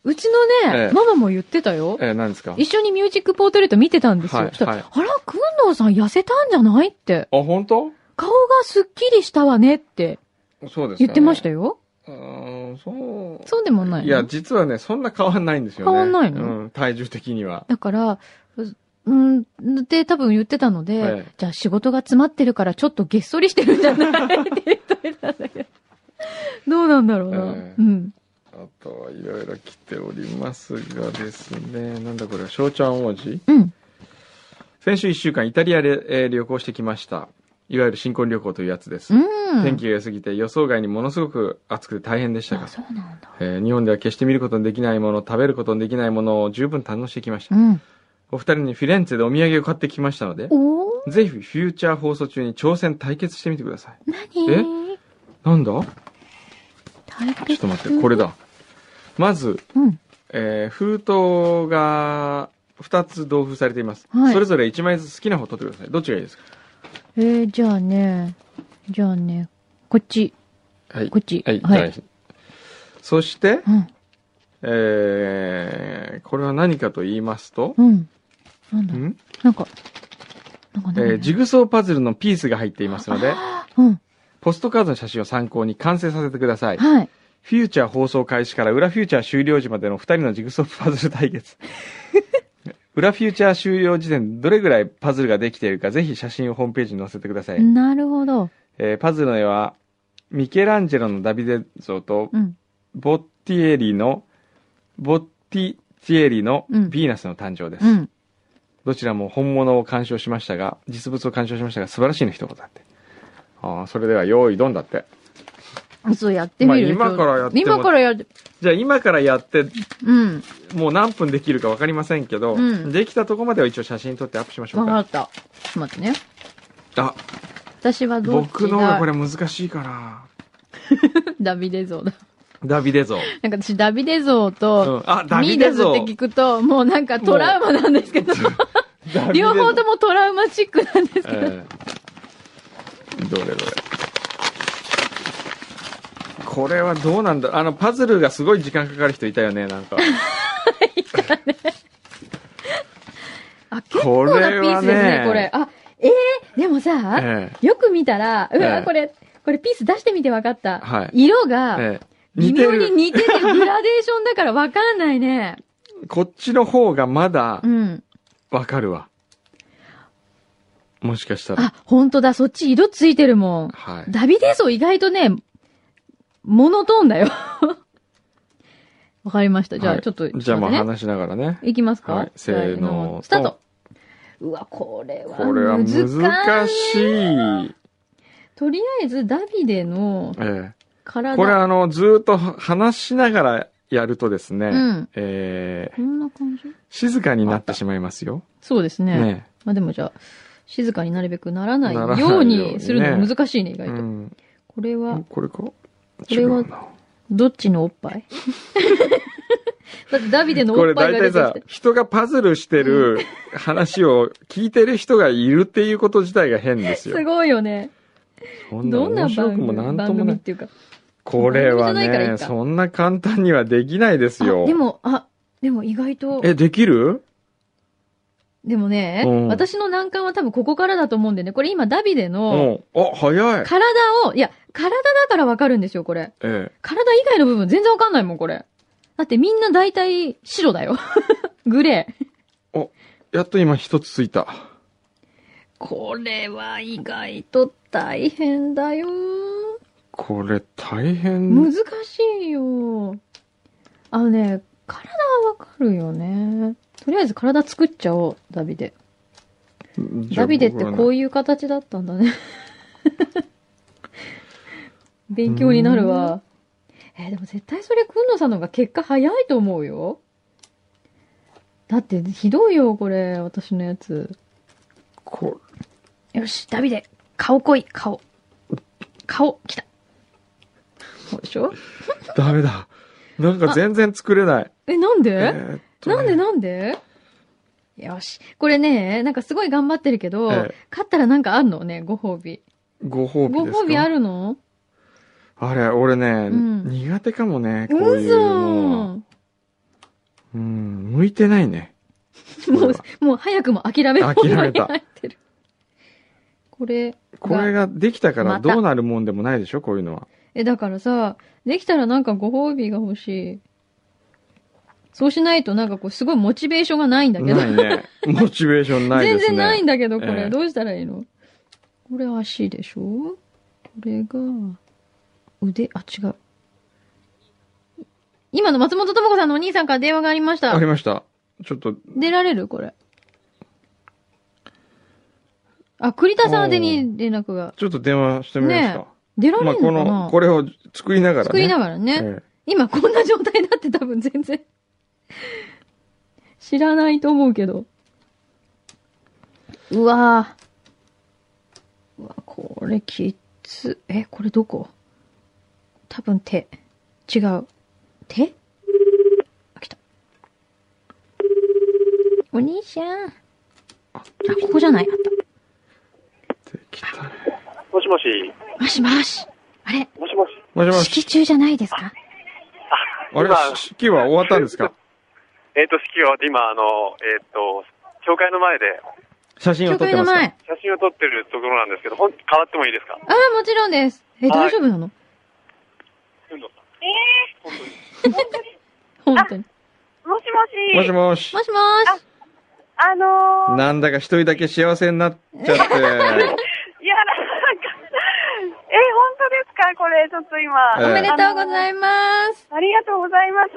Speaker 3: うちのね、
Speaker 2: ええ
Speaker 3: ママも言ってたよ。
Speaker 2: えええ何ですか
Speaker 3: 一緒にミュージックポートレート見てたんですよ。
Speaker 2: はい
Speaker 3: そしたら、
Speaker 2: はい
Speaker 3: あら、くんどうさん痩せたんじゃないって。
Speaker 2: あ、本当
Speaker 3: 顔がすっきりしたわねって
Speaker 2: そうですかね、
Speaker 3: 言ってました
Speaker 2: よ。
Speaker 3: よ。
Speaker 2: うーん、そう。
Speaker 3: そうでもないの
Speaker 2: いや、実はね、そんな変わんないんですよね。
Speaker 3: 変わんないの
Speaker 2: うん、体重的には。
Speaker 3: だから、うん、で、多分言ってたので、
Speaker 2: ええ
Speaker 3: じゃあ仕事が詰まってるからちょっとげっそりしてるんじゃないって言っといたんだけど。どうなんだろうな。
Speaker 2: ええ
Speaker 3: うん。
Speaker 2: あとはいろいろ来ておりますがですね、なんだこれは、翔ちゃん王子
Speaker 3: うん。
Speaker 2: 先週1週間イタリアで、えー旅行してきましたいわゆる新婚旅行というやつです、
Speaker 3: うん。
Speaker 2: 天気が良すぎて予想外にものすごく暑くて大変でした
Speaker 3: あ、
Speaker 2: が、
Speaker 3: そうなんだ。
Speaker 2: えー日本では決して見ることのできないもの食べることのできないものを十分堪能してきました、
Speaker 3: うん。
Speaker 2: お二人にフィレンツェでお土産を買ってきましたので
Speaker 3: おー
Speaker 2: ぜひフューチャー放送中に挑戦対決してみてください
Speaker 3: 何
Speaker 2: なんだちょ
Speaker 3: 対決
Speaker 2: っと待ってこれだまず、
Speaker 3: うん。
Speaker 2: えー封筒が2つ同封されています、
Speaker 3: はい
Speaker 2: それぞれ1枚ずつ好きな方を取ってくださいどっちがいいですか
Speaker 3: えー、じゃあね、じゃあね、こっち、
Speaker 2: はい
Speaker 3: こっち。
Speaker 2: はい、
Speaker 3: は。
Speaker 2: はいい、そして、
Speaker 3: うん。
Speaker 2: えーこれは何かと言いますと、
Speaker 3: うん。なんだ
Speaker 2: ん
Speaker 3: なんか、なんかね、
Speaker 2: えージグソーパズルのピースが入っていますので、
Speaker 3: うん。
Speaker 2: ポストカードの写真を参考に完成させてください。
Speaker 3: はい。
Speaker 2: フューチャー放送開始から裏フューチャー終了時までの2人のジグソーパズル対決。裏フューチャー終了時点でどれぐらいパズルができているか、ぜひ写真をホームページに載せてください。
Speaker 3: なるほど。
Speaker 2: えーパズルの絵は、ミケランジェロのダビデ像と、
Speaker 3: うん。
Speaker 2: ボッティエリの、ボッティチエリの
Speaker 3: うん
Speaker 2: ヴィーナスの誕生です。
Speaker 3: うん。
Speaker 2: どちらも本物を鑑賞しましたが、実物を鑑賞しましたが、素晴らしいの一言だって。ああ、それでは用意ドンだって。
Speaker 3: あそう、やってみる。
Speaker 2: まあ今からやっても
Speaker 3: 今からやって。
Speaker 2: じゃあ今からやって、
Speaker 3: うん。
Speaker 2: もう何分できるか分かりませんけど、
Speaker 3: うん
Speaker 2: できたとこまでは一応写真撮ってアップしましょ
Speaker 3: わ
Speaker 2: う
Speaker 3: か
Speaker 2: か。
Speaker 3: った。ちょっと待ってね。
Speaker 2: あ、
Speaker 3: 私はどっち
Speaker 2: 僕の方が
Speaker 3: だ
Speaker 2: これ難しいかな。
Speaker 3: ダビデ像だ。
Speaker 2: ダビデ像。
Speaker 3: なんか私、ダビデ像と、
Speaker 2: うんあ、ダ
Speaker 3: ミ
Speaker 2: ビ
Speaker 3: ー
Speaker 2: デ
Speaker 3: ダスっ
Speaker 2: 像。
Speaker 3: て聞くと、もうなんかトラウマなんですけど、
Speaker 2: ダビデ
Speaker 3: 両
Speaker 2: 像
Speaker 3: 方ともトラウマチックなんですけど。
Speaker 2: ええどれどれ。これはどうなんだあの、パズルがすごい時間かかる人いたよね、なんか。
Speaker 3: あ、結構なピースですね、
Speaker 2: こ
Speaker 3: こ
Speaker 2: れ
Speaker 3: れ。あ、えー、でもさ、
Speaker 2: え
Speaker 3: よく見たら、う
Speaker 2: ええ
Speaker 3: わ、これ、これピース出してみてわかっ
Speaker 2: はい
Speaker 3: た。色
Speaker 2: え
Speaker 3: が、
Speaker 2: ええ
Speaker 3: 微
Speaker 2: 似て
Speaker 3: 妙に
Speaker 2: る。
Speaker 3: 似ててグラデーションだからわかんない ね。
Speaker 2: こっちの方がまだ
Speaker 3: うん。
Speaker 2: わかるわ。もしかしたら。
Speaker 3: あ、ほんとだ、そっち色ついてるもん。
Speaker 2: はい。
Speaker 3: ダビデ像意外とね、モノトーンだよ。 わかりました。じゃ
Speaker 2: は
Speaker 3: あ、
Speaker 2: い
Speaker 3: ちょっと、
Speaker 2: じゃあまあ
Speaker 3: ちょっと待ってね
Speaker 2: 話しながらね。
Speaker 3: いきますか、
Speaker 2: はいせーの
Speaker 3: スタート。うわ、これは
Speaker 2: これは
Speaker 3: 難しい。
Speaker 2: 難しい。
Speaker 3: とりあえず、ダビデの
Speaker 2: ええ
Speaker 3: 体。
Speaker 2: これあの、ずーっと話しながらやるとですね、
Speaker 3: うん
Speaker 2: ええ
Speaker 3: こんな感じ
Speaker 2: 静かになってしまいますよ。
Speaker 3: そうですね。
Speaker 2: ね
Speaker 3: まあでもじゃあ、静かになるべくならない
Speaker 2: ならない
Speaker 3: よう
Speaker 2: ようにね
Speaker 3: にするのが難しいね、意
Speaker 2: え
Speaker 3: 外
Speaker 2: う
Speaker 3: と。
Speaker 2: ん。
Speaker 3: これは、
Speaker 2: これかこ
Speaker 3: れはどっちのおっぱい だってダビデの
Speaker 2: こ
Speaker 3: お
Speaker 2: れ
Speaker 3: っぱいが
Speaker 2: 大
Speaker 3: 出
Speaker 2: 体さ
Speaker 3: てきて、
Speaker 2: 人がパズルしてる話を聞いてる人がいるっていうこと自体が変ですよ。
Speaker 3: すごいよね。
Speaker 2: そんな
Speaker 3: どんな
Speaker 2: 面白
Speaker 3: 番
Speaker 2: くも
Speaker 3: 組
Speaker 2: なんと
Speaker 3: 番
Speaker 2: も
Speaker 3: 組
Speaker 2: な
Speaker 3: っ
Speaker 2: い。
Speaker 3: ていうか。
Speaker 2: これ
Speaker 3: 番
Speaker 2: は
Speaker 3: 組じゃないからい
Speaker 2: ね、
Speaker 3: いか
Speaker 2: そんな簡単にはできないです
Speaker 3: あ
Speaker 2: よ。
Speaker 3: でも、あ、でも意外と。
Speaker 2: え、できる
Speaker 3: でもね、
Speaker 2: うん
Speaker 3: 私の難関は多分ここからだと思うんでね、これ今ダビデ
Speaker 2: う
Speaker 3: の
Speaker 2: ん。あ、早い。
Speaker 3: 体を、いや、体だからわかるんですよ、これ。
Speaker 2: ええ。
Speaker 3: 体以外の部分全然わかんないもん、これ。だってみんな大体白だよ。 グレー。
Speaker 2: やっと今一つついた。
Speaker 3: これは意外と大変だよ。
Speaker 2: これ大変
Speaker 3: 難。しいよ。あのね、体はわかるよね。とりあえず体作っちゃおう、ダビデ。ダビデってこう
Speaker 2: いう。
Speaker 3: いう形だったんだね。 勉強になるわ。えーでも絶対それ、くんのさんの方が結果早いと思うよ。だって、ひどいよ、これ、私のやつ。
Speaker 2: こ
Speaker 3: よし、ダビデ。顔来い、顔。顔、来た。そうでしょ
Speaker 2: ダメだ。なんか全然作れない。
Speaker 3: え、なんで、
Speaker 2: えーっとね
Speaker 3: なんでなんでよし。これね、なんかすごい頑張ってるけど、
Speaker 2: ええ
Speaker 3: 勝ったらなんかあんのね、ご褒美。
Speaker 2: ご褒美
Speaker 3: ご
Speaker 2: ですか
Speaker 3: 褒美あるの
Speaker 2: あれ、俺ね、
Speaker 3: うん
Speaker 2: 苦手かもね、こう
Speaker 3: う
Speaker 2: いうのは。
Speaker 3: そ
Speaker 2: うん、向いてないね。
Speaker 3: も
Speaker 2: これは
Speaker 3: う、もう早くも諦め
Speaker 2: 諦
Speaker 3: 方に
Speaker 2: め
Speaker 3: 入
Speaker 2: た
Speaker 3: ってる。 これ、
Speaker 2: これができたから
Speaker 3: また
Speaker 2: どうなるもんでもないでしょ、こういうのは。
Speaker 3: え、だからさ、できたらなんかご褒美が欲しい。そうしないとなんかこう、すごいモチベーションがないんだけど。
Speaker 2: な いね。モチベーションないです
Speaker 3: 全然
Speaker 2: ね。
Speaker 3: ないんだけど、こ
Speaker 2: え
Speaker 3: れ。
Speaker 2: え
Speaker 3: どうしたらいいのこれ足でしょこれが、腕、あ、違う。今の松本智子さんのお兄さんから電話がありまし
Speaker 2: あ
Speaker 3: た
Speaker 2: り。ました。ちょっと、
Speaker 3: 出られるこれ。あ、栗田さん宛てに連絡が。
Speaker 2: ちょっと電話してみました。
Speaker 3: ね出られ
Speaker 2: まあ、
Speaker 3: るの
Speaker 2: こ
Speaker 3: かな、
Speaker 2: の、これを作りながらね。
Speaker 3: 作りながらね。
Speaker 2: え
Speaker 3: 今こんな状態だって多分全然。知らないと思うけど。うわぁ。うわ、これきっつ。え、これどこ多分手。違う。手あ、来た。お兄ちゃん。あ、ここじゃない。あっ
Speaker 2: え。できたね。
Speaker 7: もしもし。
Speaker 3: た。もしもし。あれ
Speaker 7: もしもし。
Speaker 2: もしもし、
Speaker 3: 式中じゃないですか
Speaker 2: あれ
Speaker 7: 今、
Speaker 2: 式は終わったんですか
Speaker 7: えっ、と、式を、今、あの、えっ、と、教会の前で
Speaker 2: 写真を
Speaker 3: 教
Speaker 2: 撮っ
Speaker 3: 会
Speaker 2: て
Speaker 3: の
Speaker 2: ますか
Speaker 3: 前。
Speaker 7: 写真を撮ってるところなんですけど、ほん変わってもいいですか
Speaker 3: ああ、もちろんです。え、
Speaker 7: は
Speaker 3: 大
Speaker 7: い
Speaker 3: 丈夫なの
Speaker 7: えー、
Speaker 3: 本当に。
Speaker 6: もし
Speaker 2: もしもし
Speaker 3: も。しもーし。
Speaker 6: あの
Speaker 2: なんだか一人だけ幸せになっちゃって。
Speaker 6: いや、なんか、 え、本当ですかこれ、ちょっと今
Speaker 2: ええ
Speaker 3: おめでとう ございます。
Speaker 6: ありがとうございます。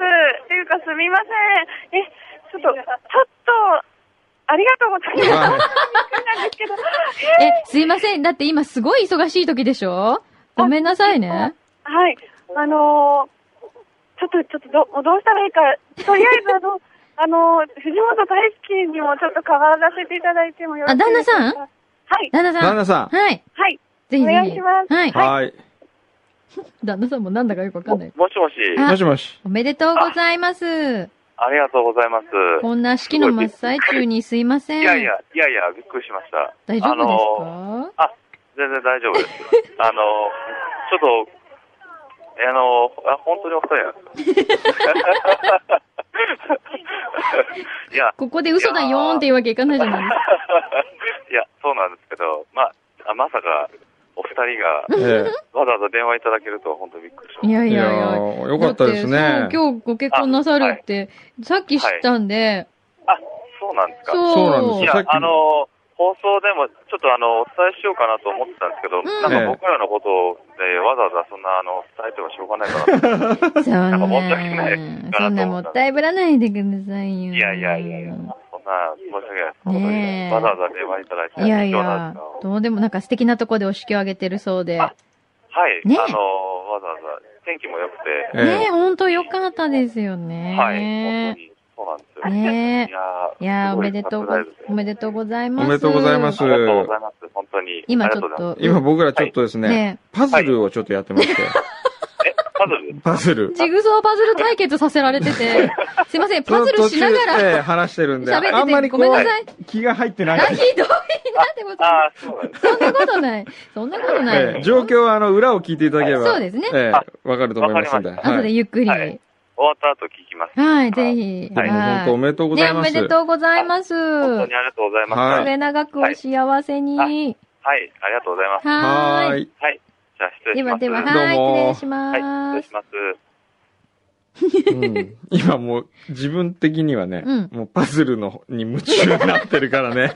Speaker 6: っていうかすみません。え、ちょっと、ちょっと、ありがとうございます。
Speaker 2: はい
Speaker 6: なんですけど、
Speaker 3: え、すいません。だって今すごい忙しい時でしょごめんなさいね。
Speaker 6: はい。あのーちょっと、ちょっとど、もうどうしたらいいか、とりあえず、あの、あのー 藤本大輝にもちょっと変わらせていただいてもよろしいですか
Speaker 3: あ旦那さん
Speaker 6: はい、
Speaker 3: 旦那さ
Speaker 2: 旦
Speaker 3: ん。
Speaker 2: 那さ
Speaker 3: はい。
Speaker 6: はい。
Speaker 3: ぜひぜひ。
Speaker 6: お願いしま す
Speaker 3: はい
Speaker 2: ん。。はい。
Speaker 8: 旦那さんもなんだかよくわかんない。
Speaker 7: もしもし、
Speaker 3: あ
Speaker 2: も しもし。
Speaker 3: おめでとうございます。
Speaker 7: ありがとうございます。
Speaker 3: こんな式の真っ最中にすいません。
Speaker 7: いやいや、いやいや、びっくりしました。
Speaker 3: 大丈夫ですか、
Speaker 7: 全然大丈夫です。あの、ちょっと、えあの、あ本当にお二人なんですか いや、
Speaker 3: ここで嘘だよーんっていうわけいかないじゃないですか。
Speaker 7: いや、そうなんですけど、まあ、あまさか、お二人
Speaker 2: え
Speaker 7: が
Speaker 2: え
Speaker 7: わざわざ電話いただけるとは本当びっくりし
Speaker 3: い
Speaker 7: ました。
Speaker 3: やい
Speaker 2: い
Speaker 3: やい
Speaker 2: や
Speaker 3: や。
Speaker 2: ー、よかったです
Speaker 3: だ
Speaker 2: ね
Speaker 3: って。そう今日ご結婚なさるって、さっき知ったんで、
Speaker 7: そうなんですか。
Speaker 3: そう
Speaker 2: そうなんです
Speaker 7: い
Speaker 2: よ。さっ
Speaker 7: や、
Speaker 2: き
Speaker 7: あの、放送でもちょっとあの、お伝えしようかなと思ってたんですけど、
Speaker 3: ん
Speaker 7: なんか僕らのことでわざわざそんなあの、伝えてもしょうがないかなと。
Speaker 3: そんな
Speaker 7: なんかもったいないかなと思った
Speaker 3: そんなもったいぶらないでくださいよ。
Speaker 7: いやいやいやいや、そんな申し訳ないです。本当に
Speaker 3: ねえ
Speaker 7: わざわざ電話いただいて、
Speaker 3: いやい
Speaker 7: 貴重な
Speaker 3: や
Speaker 7: 時間を、
Speaker 3: どうでもなんか素敵なとこでお式をあげてるそうで。
Speaker 7: あはい、
Speaker 3: ねえ
Speaker 7: あの、わざわざ、天気も良くて、
Speaker 3: ねえ、
Speaker 2: え
Speaker 3: ほんとよかったですよね。
Speaker 7: はい、本当に、そうなんですよ。
Speaker 3: ね
Speaker 7: いや
Speaker 3: え。いやー、おめでとうご、おめ
Speaker 7: で
Speaker 3: でとうございます。
Speaker 2: おめでとうございます
Speaker 7: ありがとうございます、本当に。
Speaker 3: 今ち
Speaker 7: ありが
Speaker 3: ょっ
Speaker 7: うございま
Speaker 3: と
Speaker 2: え、今僕らちょっとですね、
Speaker 3: ね
Speaker 2: パズルをちょっとやってまして、
Speaker 7: す。え、パズル
Speaker 2: パズル。
Speaker 3: ジグソーパズル対決させられてて、 すいません、パズルしなが
Speaker 2: ええ
Speaker 3: ら、
Speaker 2: 話してるんで、
Speaker 3: 喋ってて
Speaker 2: あんまりこ、
Speaker 3: ごめんなさいう
Speaker 2: 気が入ってな
Speaker 3: あ、
Speaker 2: い
Speaker 3: ひ。どいなんてことない。
Speaker 7: ああ、そうなんです。
Speaker 3: そんなことない。そんなことない。
Speaker 2: ええ状況はあの、裏を聞いていただければ、
Speaker 3: そうですね
Speaker 2: ええわかると思いますんで。
Speaker 7: わ
Speaker 3: 後
Speaker 2: は
Speaker 3: で
Speaker 2: い。
Speaker 3: ゆっくり。
Speaker 7: は
Speaker 3: はい
Speaker 7: い、終わった後聞きます。
Speaker 3: ぜひ。
Speaker 2: でも本当おめでとうござ
Speaker 3: ね、
Speaker 2: い
Speaker 3: お
Speaker 2: ま
Speaker 3: め
Speaker 2: す。
Speaker 3: でとうございます。
Speaker 7: 本当にありがとうございました。
Speaker 2: はい
Speaker 7: はい、
Speaker 3: 末永くお幸せに。
Speaker 7: は
Speaker 3: はい。
Speaker 7: ありがとうございます。
Speaker 2: はーい。
Speaker 7: はい、じゃあ失礼
Speaker 3: で
Speaker 7: しま
Speaker 3: は
Speaker 7: す。
Speaker 3: では、
Speaker 2: どう
Speaker 3: はい、
Speaker 2: も
Speaker 3: 失礼しま
Speaker 7: はい、失礼
Speaker 3: す
Speaker 7: し。ます。
Speaker 2: うん今もう自分的にはね、
Speaker 3: うん
Speaker 2: もうパズルのに夢中になってるか らね。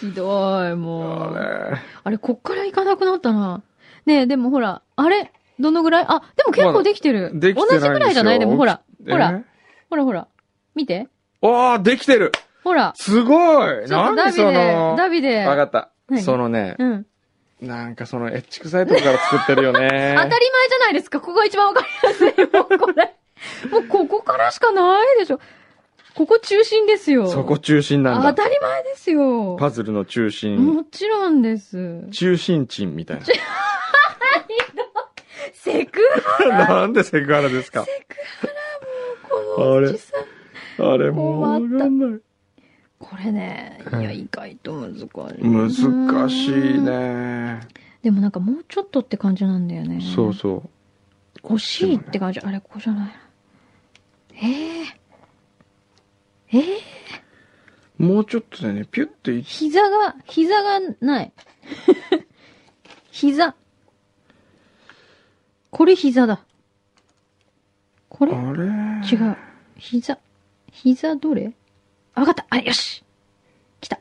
Speaker 3: ひどい、もう。
Speaker 2: あれ
Speaker 3: あれ、こっから行かなくなったな。ねえ、でもほら、あれどのぐらいあ、でも結構できてる。
Speaker 2: できてないん
Speaker 3: 同
Speaker 2: です
Speaker 3: じ
Speaker 2: よ
Speaker 3: ぐらいじゃないでもほら。
Speaker 2: え
Speaker 3: ほら、ほらほら。見て。
Speaker 2: おー、できてる
Speaker 3: ほら。
Speaker 2: すごい
Speaker 3: ちょっとダ
Speaker 2: 何
Speaker 3: ビ
Speaker 2: そ
Speaker 3: で、
Speaker 2: の、
Speaker 3: ダビで。
Speaker 2: わかった
Speaker 3: 何。
Speaker 2: そのね、
Speaker 3: うん。
Speaker 2: なんかそのエッチ臭いとこから作ってるよね。
Speaker 3: 当たり前じゃないですか。ここが一番わかりやすい。もうこれ。もうここからしかないでしょ。ここ中心ですよ。
Speaker 2: そこ中心なん
Speaker 3: 当
Speaker 2: だ。
Speaker 3: たり前ですよ。
Speaker 2: パズルの中心。
Speaker 3: もちろんです。
Speaker 2: 中心賃みたい
Speaker 3: セク
Speaker 2: な。なんでセクハラですか
Speaker 3: このおじさん。
Speaker 2: あれもうわかんない。
Speaker 3: これね、いや、
Speaker 2: はい
Speaker 3: 意外と難しい。
Speaker 2: 難しい。ね。
Speaker 3: でもなんかもうちょっとって感じなんだよね。
Speaker 2: そうそう。
Speaker 3: 惜しいって感じ。あれ、ここじゃない。ええええ
Speaker 2: もうちょっとでね、ピュってい
Speaker 3: 膝が、膝がない。 膝。これ膝だ。これ
Speaker 2: あれ
Speaker 3: 違う。膝。膝どれあわかった。あ、よし。来た。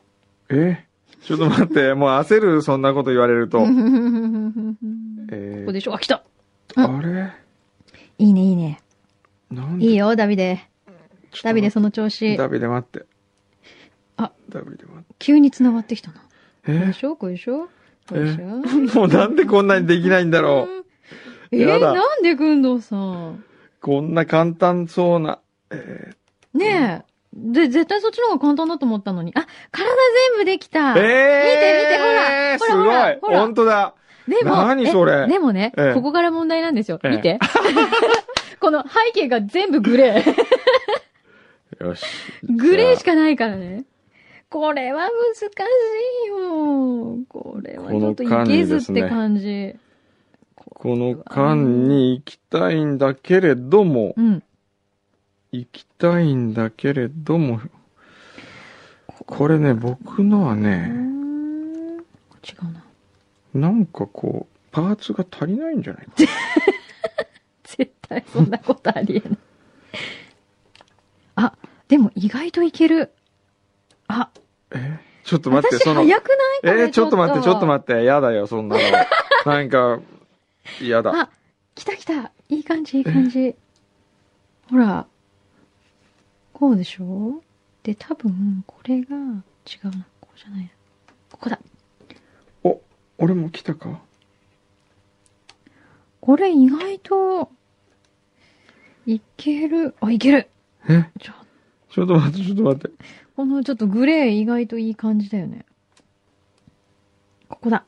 Speaker 2: えちょっと待って、もう焦る、そんなこと言われると。
Speaker 3: こ
Speaker 2: え
Speaker 3: こ
Speaker 2: ー、
Speaker 3: でしょあ、来た。
Speaker 2: あれ
Speaker 3: いいね、いいね。
Speaker 2: なんで
Speaker 3: いいよ、ダビデ。
Speaker 2: ちょっと待って
Speaker 3: ダビデ、その調子。
Speaker 2: ダビデ待って。
Speaker 3: あ、
Speaker 2: ダビデ待って。
Speaker 3: 急に繋がってきたな。これで
Speaker 2: え
Speaker 3: しょこれでしょこれでしょ
Speaker 2: ー、もうなんでこんなにできないんだろう。
Speaker 3: え
Speaker 2: や
Speaker 3: ー、
Speaker 2: だ
Speaker 3: なんで、くんどうさん。
Speaker 2: こんな簡単そうな。え
Speaker 3: ねえ。で、絶対そっちの方が簡単だと思ったのに。あ、体全部でき
Speaker 2: ー、
Speaker 3: た。見
Speaker 2: えー、
Speaker 3: て見てほら
Speaker 2: す
Speaker 3: ほ
Speaker 2: ご
Speaker 3: らほ
Speaker 2: い。
Speaker 3: ら
Speaker 2: 本当だ。
Speaker 3: でも、
Speaker 2: 何
Speaker 3: え
Speaker 2: それ
Speaker 3: でもね、
Speaker 2: ええ
Speaker 3: ここから問題なんですよ。
Speaker 2: ええ
Speaker 3: 見て。 この背景が全部グ レー。
Speaker 2: よし。
Speaker 3: グレーし
Speaker 2: か。
Speaker 3: かないからね。これは難しいよ。これはちょっといけずって感じ。
Speaker 2: この間に行きたいんだけれども、
Speaker 3: うん。
Speaker 2: 行きたいんだけれども、これね、僕のは
Speaker 3: うー
Speaker 2: ね、
Speaker 3: ん違うな。
Speaker 2: なんかこう、パーツが足りないんじゃないか。
Speaker 3: 絶対そんなことありえない。あ、でも意外といける。あ、
Speaker 2: えちょっと待って、
Speaker 3: 私
Speaker 2: その、
Speaker 3: 早く
Speaker 2: え
Speaker 3: ないこれ
Speaker 2: ーちょっと待って、ちょっと待って、やだよ、そんな の。なんか、やだ。
Speaker 3: あ、来た来た。いい感じ、いい感じ。ほら。こうでしょで、多分、これが、違うな。こうじゃないな。ここだ。
Speaker 2: お、俺も来たか
Speaker 3: これ意外と、いける。あ、いける。
Speaker 2: え
Speaker 3: ちょ
Speaker 2: ちょっと待って、ちょっと待って。
Speaker 3: このちょっとグレー意外といい感じだよね。ここだ。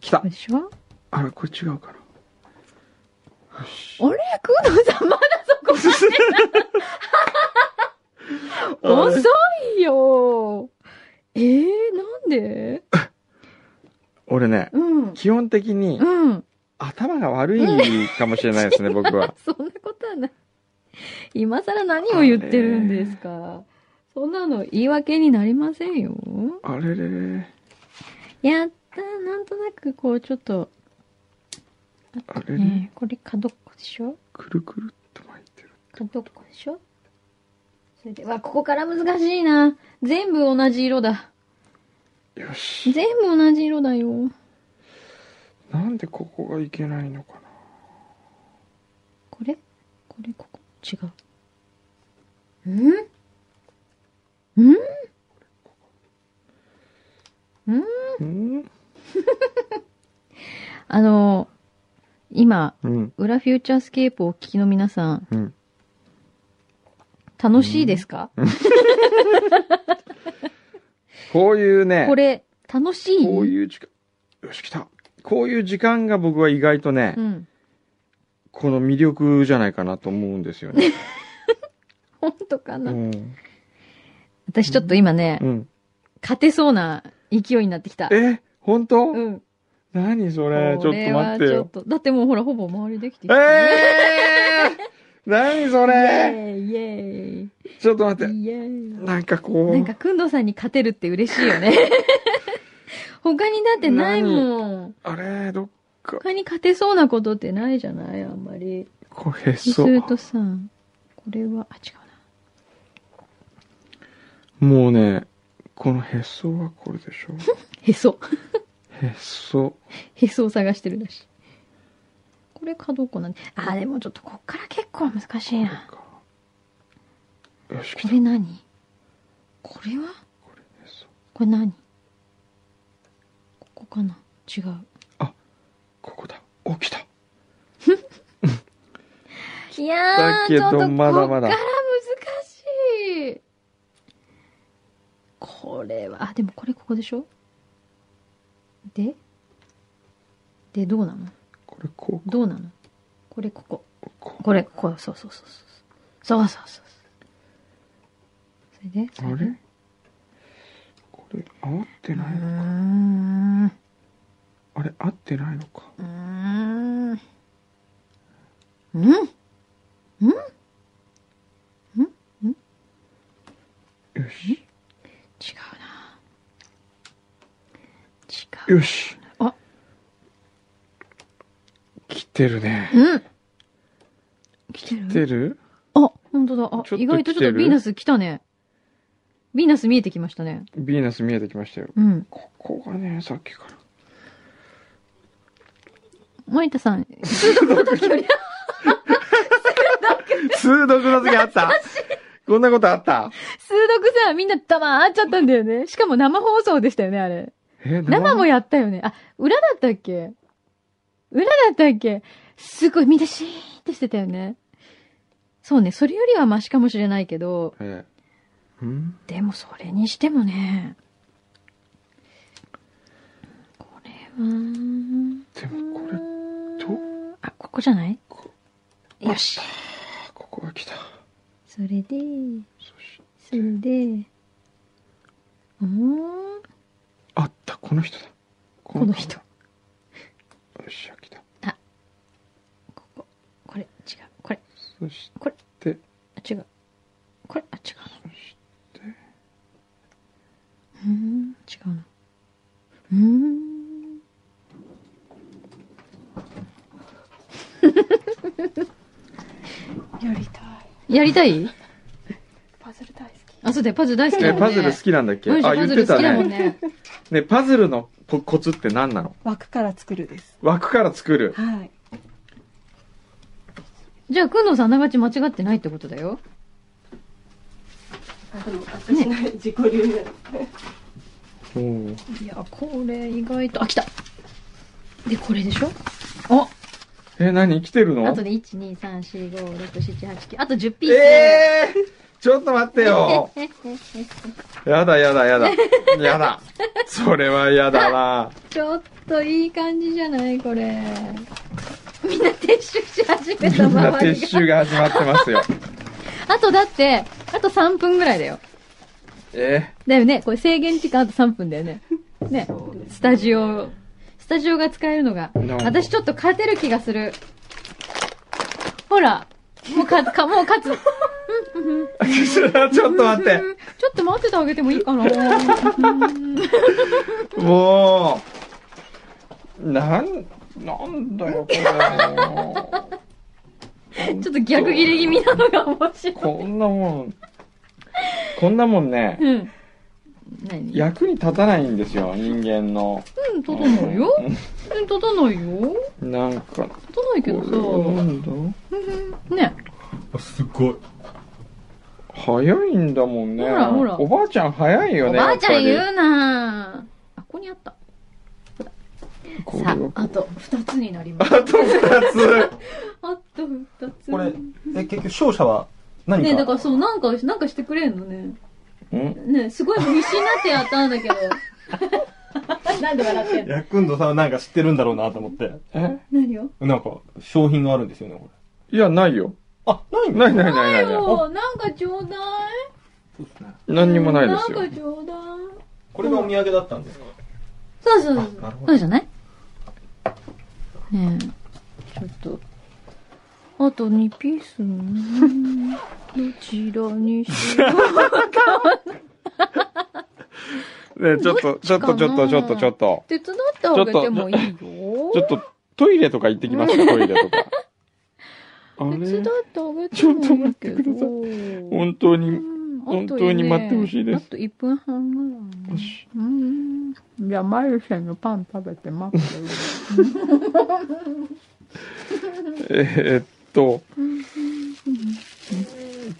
Speaker 2: 来た
Speaker 3: これ。でしょ
Speaker 2: あれ、これ違うかな。
Speaker 3: あれ工藤さんまだそこ
Speaker 2: あれ
Speaker 3: 遅いよえー、なんで
Speaker 2: 俺ね、
Speaker 3: うん。
Speaker 2: 基本的に
Speaker 3: うん。
Speaker 2: 頭が悪いかもしれないですね、僕は。
Speaker 3: そんなことはない。今更何を言ってるんですか。そんなの言い訳になりませんよ。
Speaker 2: あれれれ。
Speaker 3: やったーなんとなくこうちょっと、
Speaker 2: あれれ。
Speaker 3: ね、これ角っこでしょ
Speaker 2: くるくるっと巻いてる。
Speaker 3: 角っこでしょそれで、わ、ここから難しいな。全部同じ色だ。
Speaker 2: よし。
Speaker 3: 全部同じ色だよ。
Speaker 2: なんでここがいけないのかな。
Speaker 3: これこれ、ここ。違う。んん
Speaker 2: うん
Speaker 3: あの、今、
Speaker 2: うん。
Speaker 3: 裏フューチャースケープをお聞きの皆さん、
Speaker 2: うん。
Speaker 3: 楽しいですか、
Speaker 2: こういうね、
Speaker 3: これ、楽しい
Speaker 2: こういう時間、よし、来た。こういう時間が僕は意外とね、
Speaker 3: うん。
Speaker 2: この魅力じゃないかなと思うんですよね。
Speaker 3: 本当か
Speaker 2: う
Speaker 3: な、
Speaker 2: ん。
Speaker 3: 私ちょっと今ね、
Speaker 2: うん。
Speaker 3: 勝てそうな勢いになってきた。
Speaker 2: え本当、
Speaker 3: うん。
Speaker 2: 何それちょっと待って
Speaker 3: これはちょっ
Speaker 2: よ。
Speaker 3: と。だってもうほら、ほぼ周りできてきた
Speaker 2: え
Speaker 3: ね。
Speaker 2: えー、 何それ
Speaker 3: イェーイ、イ
Speaker 2: ちょっと待
Speaker 3: ェ
Speaker 2: って。
Speaker 3: ーイ、イェーイ。
Speaker 2: なんかこう。
Speaker 3: なんか、くんどさんに勝てるって嬉しいよね。 他にだってないもん。
Speaker 2: あれどっか、
Speaker 3: 他に勝てそうなことってないじゃないあんまり。
Speaker 2: こうへ
Speaker 3: す
Speaker 2: そ。
Speaker 3: るとさ、これは、あ、違うな。
Speaker 2: もうね、このへそはこれ でしょ
Speaker 3: へそ。
Speaker 2: へそ。
Speaker 3: へそを探してるらしい。これかどうかなんで。あ、でもちょっとこっから結構難しいな。
Speaker 2: これかよし、来
Speaker 3: こ
Speaker 2: た。
Speaker 3: れ何これは
Speaker 2: これへそ。
Speaker 3: これ何ここかな違う。
Speaker 2: ここだ。お、来た。
Speaker 3: いやー、
Speaker 2: だけ
Speaker 3: ちょ
Speaker 2: ど
Speaker 3: っと
Speaker 2: まだまだ
Speaker 3: こっから難しい。これは、あ、でもこれここでしょでで、どうなの
Speaker 2: これこう、
Speaker 3: どうなのこれここ。
Speaker 2: こう。
Speaker 3: これここ。そうそうそうそう。そうそうそうそう。それでそ
Speaker 2: あ
Speaker 3: れで
Speaker 2: れこれ合って
Speaker 3: うー
Speaker 2: ないのか、
Speaker 3: ん。う
Speaker 2: あれ合ってないのか
Speaker 3: ーん。うん
Speaker 2: よし
Speaker 3: 違うな違う。
Speaker 2: よし
Speaker 3: あ
Speaker 2: 来てるね
Speaker 3: うん来てる
Speaker 2: 来てる
Speaker 3: あ、本当だ。あ
Speaker 2: ちょっと、
Speaker 3: 意外とちょっとヴィーナス来たね。ヴィーナス見えてきましたね。
Speaker 2: ヴィーナス見えてきましたよ
Speaker 3: うん。
Speaker 2: ここがねさっきから
Speaker 3: 森田さん、
Speaker 2: 数読の時あったこんなことあった
Speaker 3: 数読さ、みんな黙っちゃったんだよね。しかも生放送でしたよね、あれ。
Speaker 2: え
Speaker 3: 生もやったよね。あ、裏だったっけ裏だったっけすごい、みんなシーンってしてたよね。そうね、それよりはマシかもしれないけど、
Speaker 2: ええうん
Speaker 3: でもそれにしてもね、これは、
Speaker 2: でもこれど
Speaker 3: あ、ここじゃない
Speaker 2: こ
Speaker 3: よし。
Speaker 2: あここが来た
Speaker 3: それで、
Speaker 2: そし
Speaker 3: それで、うーん。
Speaker 2: あったこの人だこ
Speaker 3: この人
Speaker 2: よっしゃ来た
Speaker 3: ここ、これ、違う。これ、
Speaker 2: そし
Speaker 3: これ、
Speaker 2: て
Speaker 3: あ違う。これ、あ、違うな。
Speaker 2: そして
Speaker 3: うーん、違うな。うーん。
Speaker 4: やりたい。
Speaker 3: やりたい
Speaker 4: パズル大好き。
Speaker 3: あ、そうだよ、パズル大好きだ
Speaker 2: え
Speaker 3: もんね。
Speaker 2: パズル好きなんだっけ、
Speaker 3: マジで
Speaker 2: あ
Speaker 3: パ
Speaker 2: 言っ
Speaker 3: ズ
Speaker 2: て
Speaker 3: ル好
Speaker 2: た
Speaker 3: きだもん
Speaker 2: ね
Speaker 3: ね。
Speaker 2: ねパズルのポコツって何なの
Speaker 4: 枠から作るです。
Speaker 2: 枠から作る
Speaker 4: はい。
Speaker 3: じゃあ、くんのさん、あながち間違ってないってことだよ。
Speaker 4: あでも私の自己流になる。
Speaker 2: おー
Speaker 3: いや、これ意外と、あ、来たで、これでしょあ
Speaker 2: え、何来てるの
Speaker 3: あとで、1、2、3、4、5、6、7、8、9。あと10ピース。
Speaker 2: ええー、ちょっと待ってよ。やだやだやだ。やだ。それはやだ な。
Speaker 3: ちょっといい感じじゃないこれ。みんな撤収し始め
Speaker 2: みん
Speaker 3: た
Speaker 2: な
Speaker 3: 周
Speaker 2: 撤
Speaker 3: りが。
Speaker 2: 収が始まってます よ。
Speaker 3: あとだって、あと3分ぐらいだよ。
Speaker 2: え
Speaker 3: だよね。これ制限時間あと3分だよね。ね。スタジオ、スタジオが使えるのが
Speaker 2: なるほ。ど
Speaker 3: 私ちょっと勝てる気がする。ほら。もうか、か、もう勝つ。
Speaker 2: ー、ちょっと待って。
Speaker 3: ちょっと待っててあげてもいい かなうん
Speaker 2: もう、なん、なんだよ、こ れ。
Speaker 3: ちょっと逆ギレ気味なのが面白い。
Speaker 2: こんなもん、こんなもんね、
Speaker 3: うん。何
Speaker 2: 役に立たないんですよ、人間の。
Speaker 3: うん、立たないよ。うん、立たないよ。
Speaker 2: なんか、
Speaker 3: 立たないけど
Speaker 2: これは
Speaker 3: さ。
Speaker 2: なんだ
Speaker 3: ね。
Speaker 9: あすごい
Speaker 2: 早いんだもんね。
Speaker 3: ほらほら
Speaker 2: おばあちゃん早いよ
Speaker 3: お
Speaker 2: ね。
Speaker 3: ばあちゃん
Speaker 2: やっ
Speaker 3: 言うなあ、ここにあった。
Speaker 2: ぱりこれ
Speaker 3: さ
Speaker 2: は
Speaker 3: あ、あと二つになりま
Speaker 2: あ
Speaker 3: す。
Speaker 2: と2つ。
Speaker 3: あと二つ。
Speaker 9: これえ結局勝者は何か
Speaker 3: ねだからそう、なんか、なんかしてくれんのね。
Speaker 2: ん
Speaker 3: ねすごい必死になってやったんだけ ど。なんで笑ってんの
Speaker 9: ヤクンドさんはなんか知ってるんだろうなと思って
Speaker 2: え
Speaker 3: 何を
Speaker 9: なんか商品があるんですよねこれ
Speaker 2: いや、ないよ。
Speaker 9: あないん
Speaker 2: な
Speaker 9: だ
Speaker 2: いないないないない。
Speaker 3: よなんかちょうだい。
Speaker 9: そうですね
Speaker 2: 何にもないですよ
Speaker 3: なん。かちょうだい。
Speaker 9: これがお土産だったんですか
Speaker 3: そうそうそう。
Speaker 9: なるほ
Speaker 3: そう
Speaker 9: ど
Speaker 3: じゃないねえ、ちょっと。
Speaker 10: あと2ピースねどちらにしよう。
Speaker 2: ね、ちょっと、ちょっと、ちょっと、ちょっと、ちょっと。
Speaker 10: 手伝ってあげてもいいよ
Speaker 2: ち。ょっと、トイレとか行ってきますか、トイレとか。あ
Speaker 10: 手伝っ
Speaker 2: れ
Speaker 10: てあげてもいいけど。
Speaker 2: ちょっと本当に。
Speaker 10: うんあと
Speaker 2: 本当に待ってほしいです
Speaker 10: あと1分半ぐらい
Speaker 2: よ
Speaker 10: ね。
Speaker 2: し
Speaker 10: うん。じゃあ、マルシェのパン食べて待ってる。
Speaker 2: えーっと。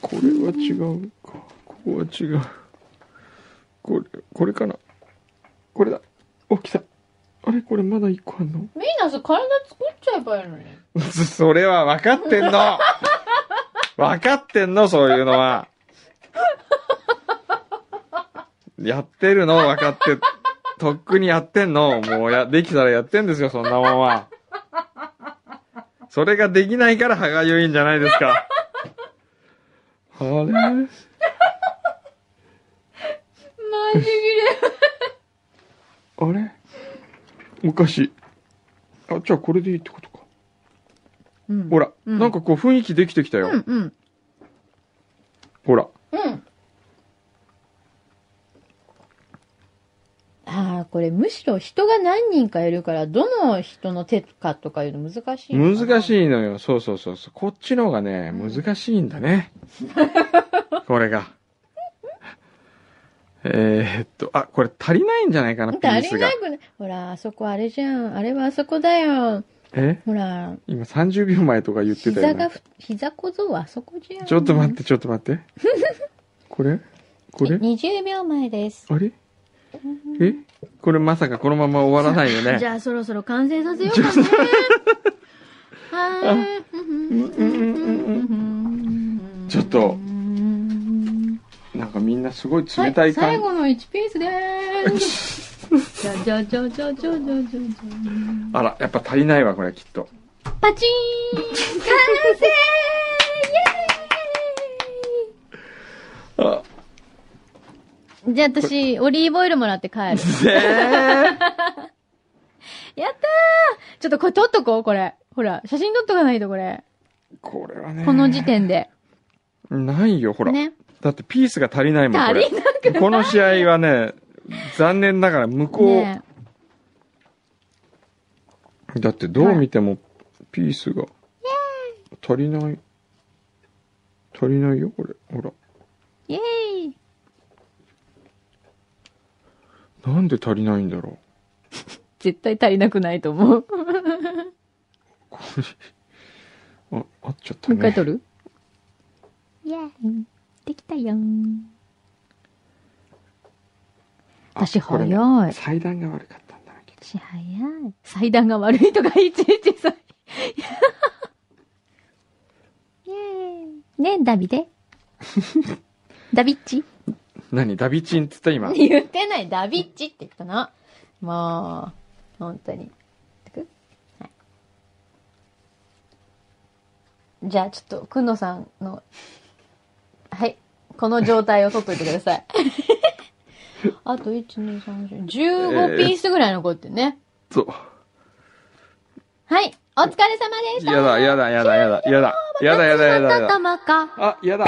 Speaker 2: これは違うか。ここは違う。これ、これかな。これだ。お、来た。あれこれまだ一個あん
Speaker 3: み
Speaker 2: の
Speaker 3: んなさ、体作っちゃえばいいのに。
Speaker 2: そ それは分かってんの分かってんのそういうのは。やってるの分かって、とっくにやってんのもうや、できたらやってんですよ、そんなもんは。それができないから歯がゆいんじゃないですか。あれ
Speaker 3: マジ切れ。
Speaker 2: あれおかしい。あ、じゃあこれでいいってことか。
Speaker 10: うん
Speaker 2: ほら、
Speaker 10: うん
Speaker 2: なんかこう雰囲気できてきたよ。
Speaker 10: うんうん。
Speaker 2: ほら。
Speaker 3: うん。
Speaker 10: ああ、これむしろ人が何人かいるから、どの人の手かとかいうの難しいのかな。
Speaker 2: 難
Speaker 10: い。
Speaker 2: しいのよ。そうそうそうそう。こっちの方がね、
Speaker 10: うん
Speaker 2: 難しいんだ ね。これが。えーっと、あ、これ足りないんじゃないかな、ピー
Speaker 10: 足
Speaker 2: ス
Speaker 10: り
Speaker 2: が
Speaker 10: な。くない。ほら、あそこあれじゃん。あれはあそこだよ。
Speaker 2: え
Speaker 10: ほら、
Speaker 2: 今30秒前とか言ってた
Speaker 10: 膝
Speaker 2: よ
Speaker 10: が
Speaker 2: ね。
Speaker 10: ふ、膝小僧はあそこじゃん。
Speaker 2: ちょっと待って、ちょっと待 って。これこれ
Speaker 10: 20秒前です。
Speaker 2: あれえこれまさかこのまま終わらないよ
Speaker 3: じ
Speaker 2: ね。
Speaker 3: ゃあそろそろ完成させようかね。 はーいうんうん。
Speaker 2: ちょっとなんかみんなすごい冷たい
Speaker 3: はい最
Speaker 2: 感
Speaker 3: 後の1ピースでーす。じゃじゃじゃじゃじゃじゃじゃじゃ。
Speaker 2: あら、やっぱ足りないわ、これきっと。
Speaker 3: パチーン完成イェーイ
Speaker 2: あ、
Speaker 3: じゃあ私、オリーブオイルもらって帰る。
Speaker 2: ぜ
Speaker 3: やったーちょっとこれ撮っとこう、これ。ほら、写真撮っとかないと、これ。
Speaker 2: ーこれはね。
Speaker 3: この時点で。
Speaker 2: ないよ、ほら。
Speaker 3: ね。
Speaker 2: だってピースが足りないもん、こ
Speaker 3: 足
Speaker 2: れ
Speaker 3: り。なくない。
Speaker 2: この試合はね、残念ながら向こう、
Speaker 3: ね
Speaker 2: だってどう見てもピースが足りない、足りないよ、これ。ほら。
Speaker 3: イェーイ
Speaker 2: なんで足りないんだろ
Speaker 3: 絶対足りなくないと思う。
Speaker 2: う。これ、あ、合っちゃった
Speaker 3: もう一回
Speaker 2: ね。
Speaker 3: 撮る
Speaker 10: イェーイ。できたよん。
Speaker 2: あ
Speaker 10: 私
Speaker 2: これ
Speaker 10: 早
Speaker 2: ね
Speaker 10: い。
Speaker 2: 祭壇が悪かったんだなきっと
Speaker 10: 私早い。
Speaker 3: 祭壇が悪いとか、いちいちさ、ねダビデダビッチ
Speaker 2: 何ダビチンっつった 今。
Speaker 3: 言ってない、ダビッチって言ったの。もう、本当に。いくはいじゃあちょっと、くんのさんの、はい、この状態を取っといてくだ さい。あと、1、2、3、4、15ピースぐらい残ってね。
Speaker 2: そう。
Speaker 3: はい、お疲れ様でした。
Speaker 2: やだ、やだ、やだ、やだ、やだ、やだ、やだ、やだ、やだ。
Speaker 3: 頭か。
Speaker 2: あ、やだ。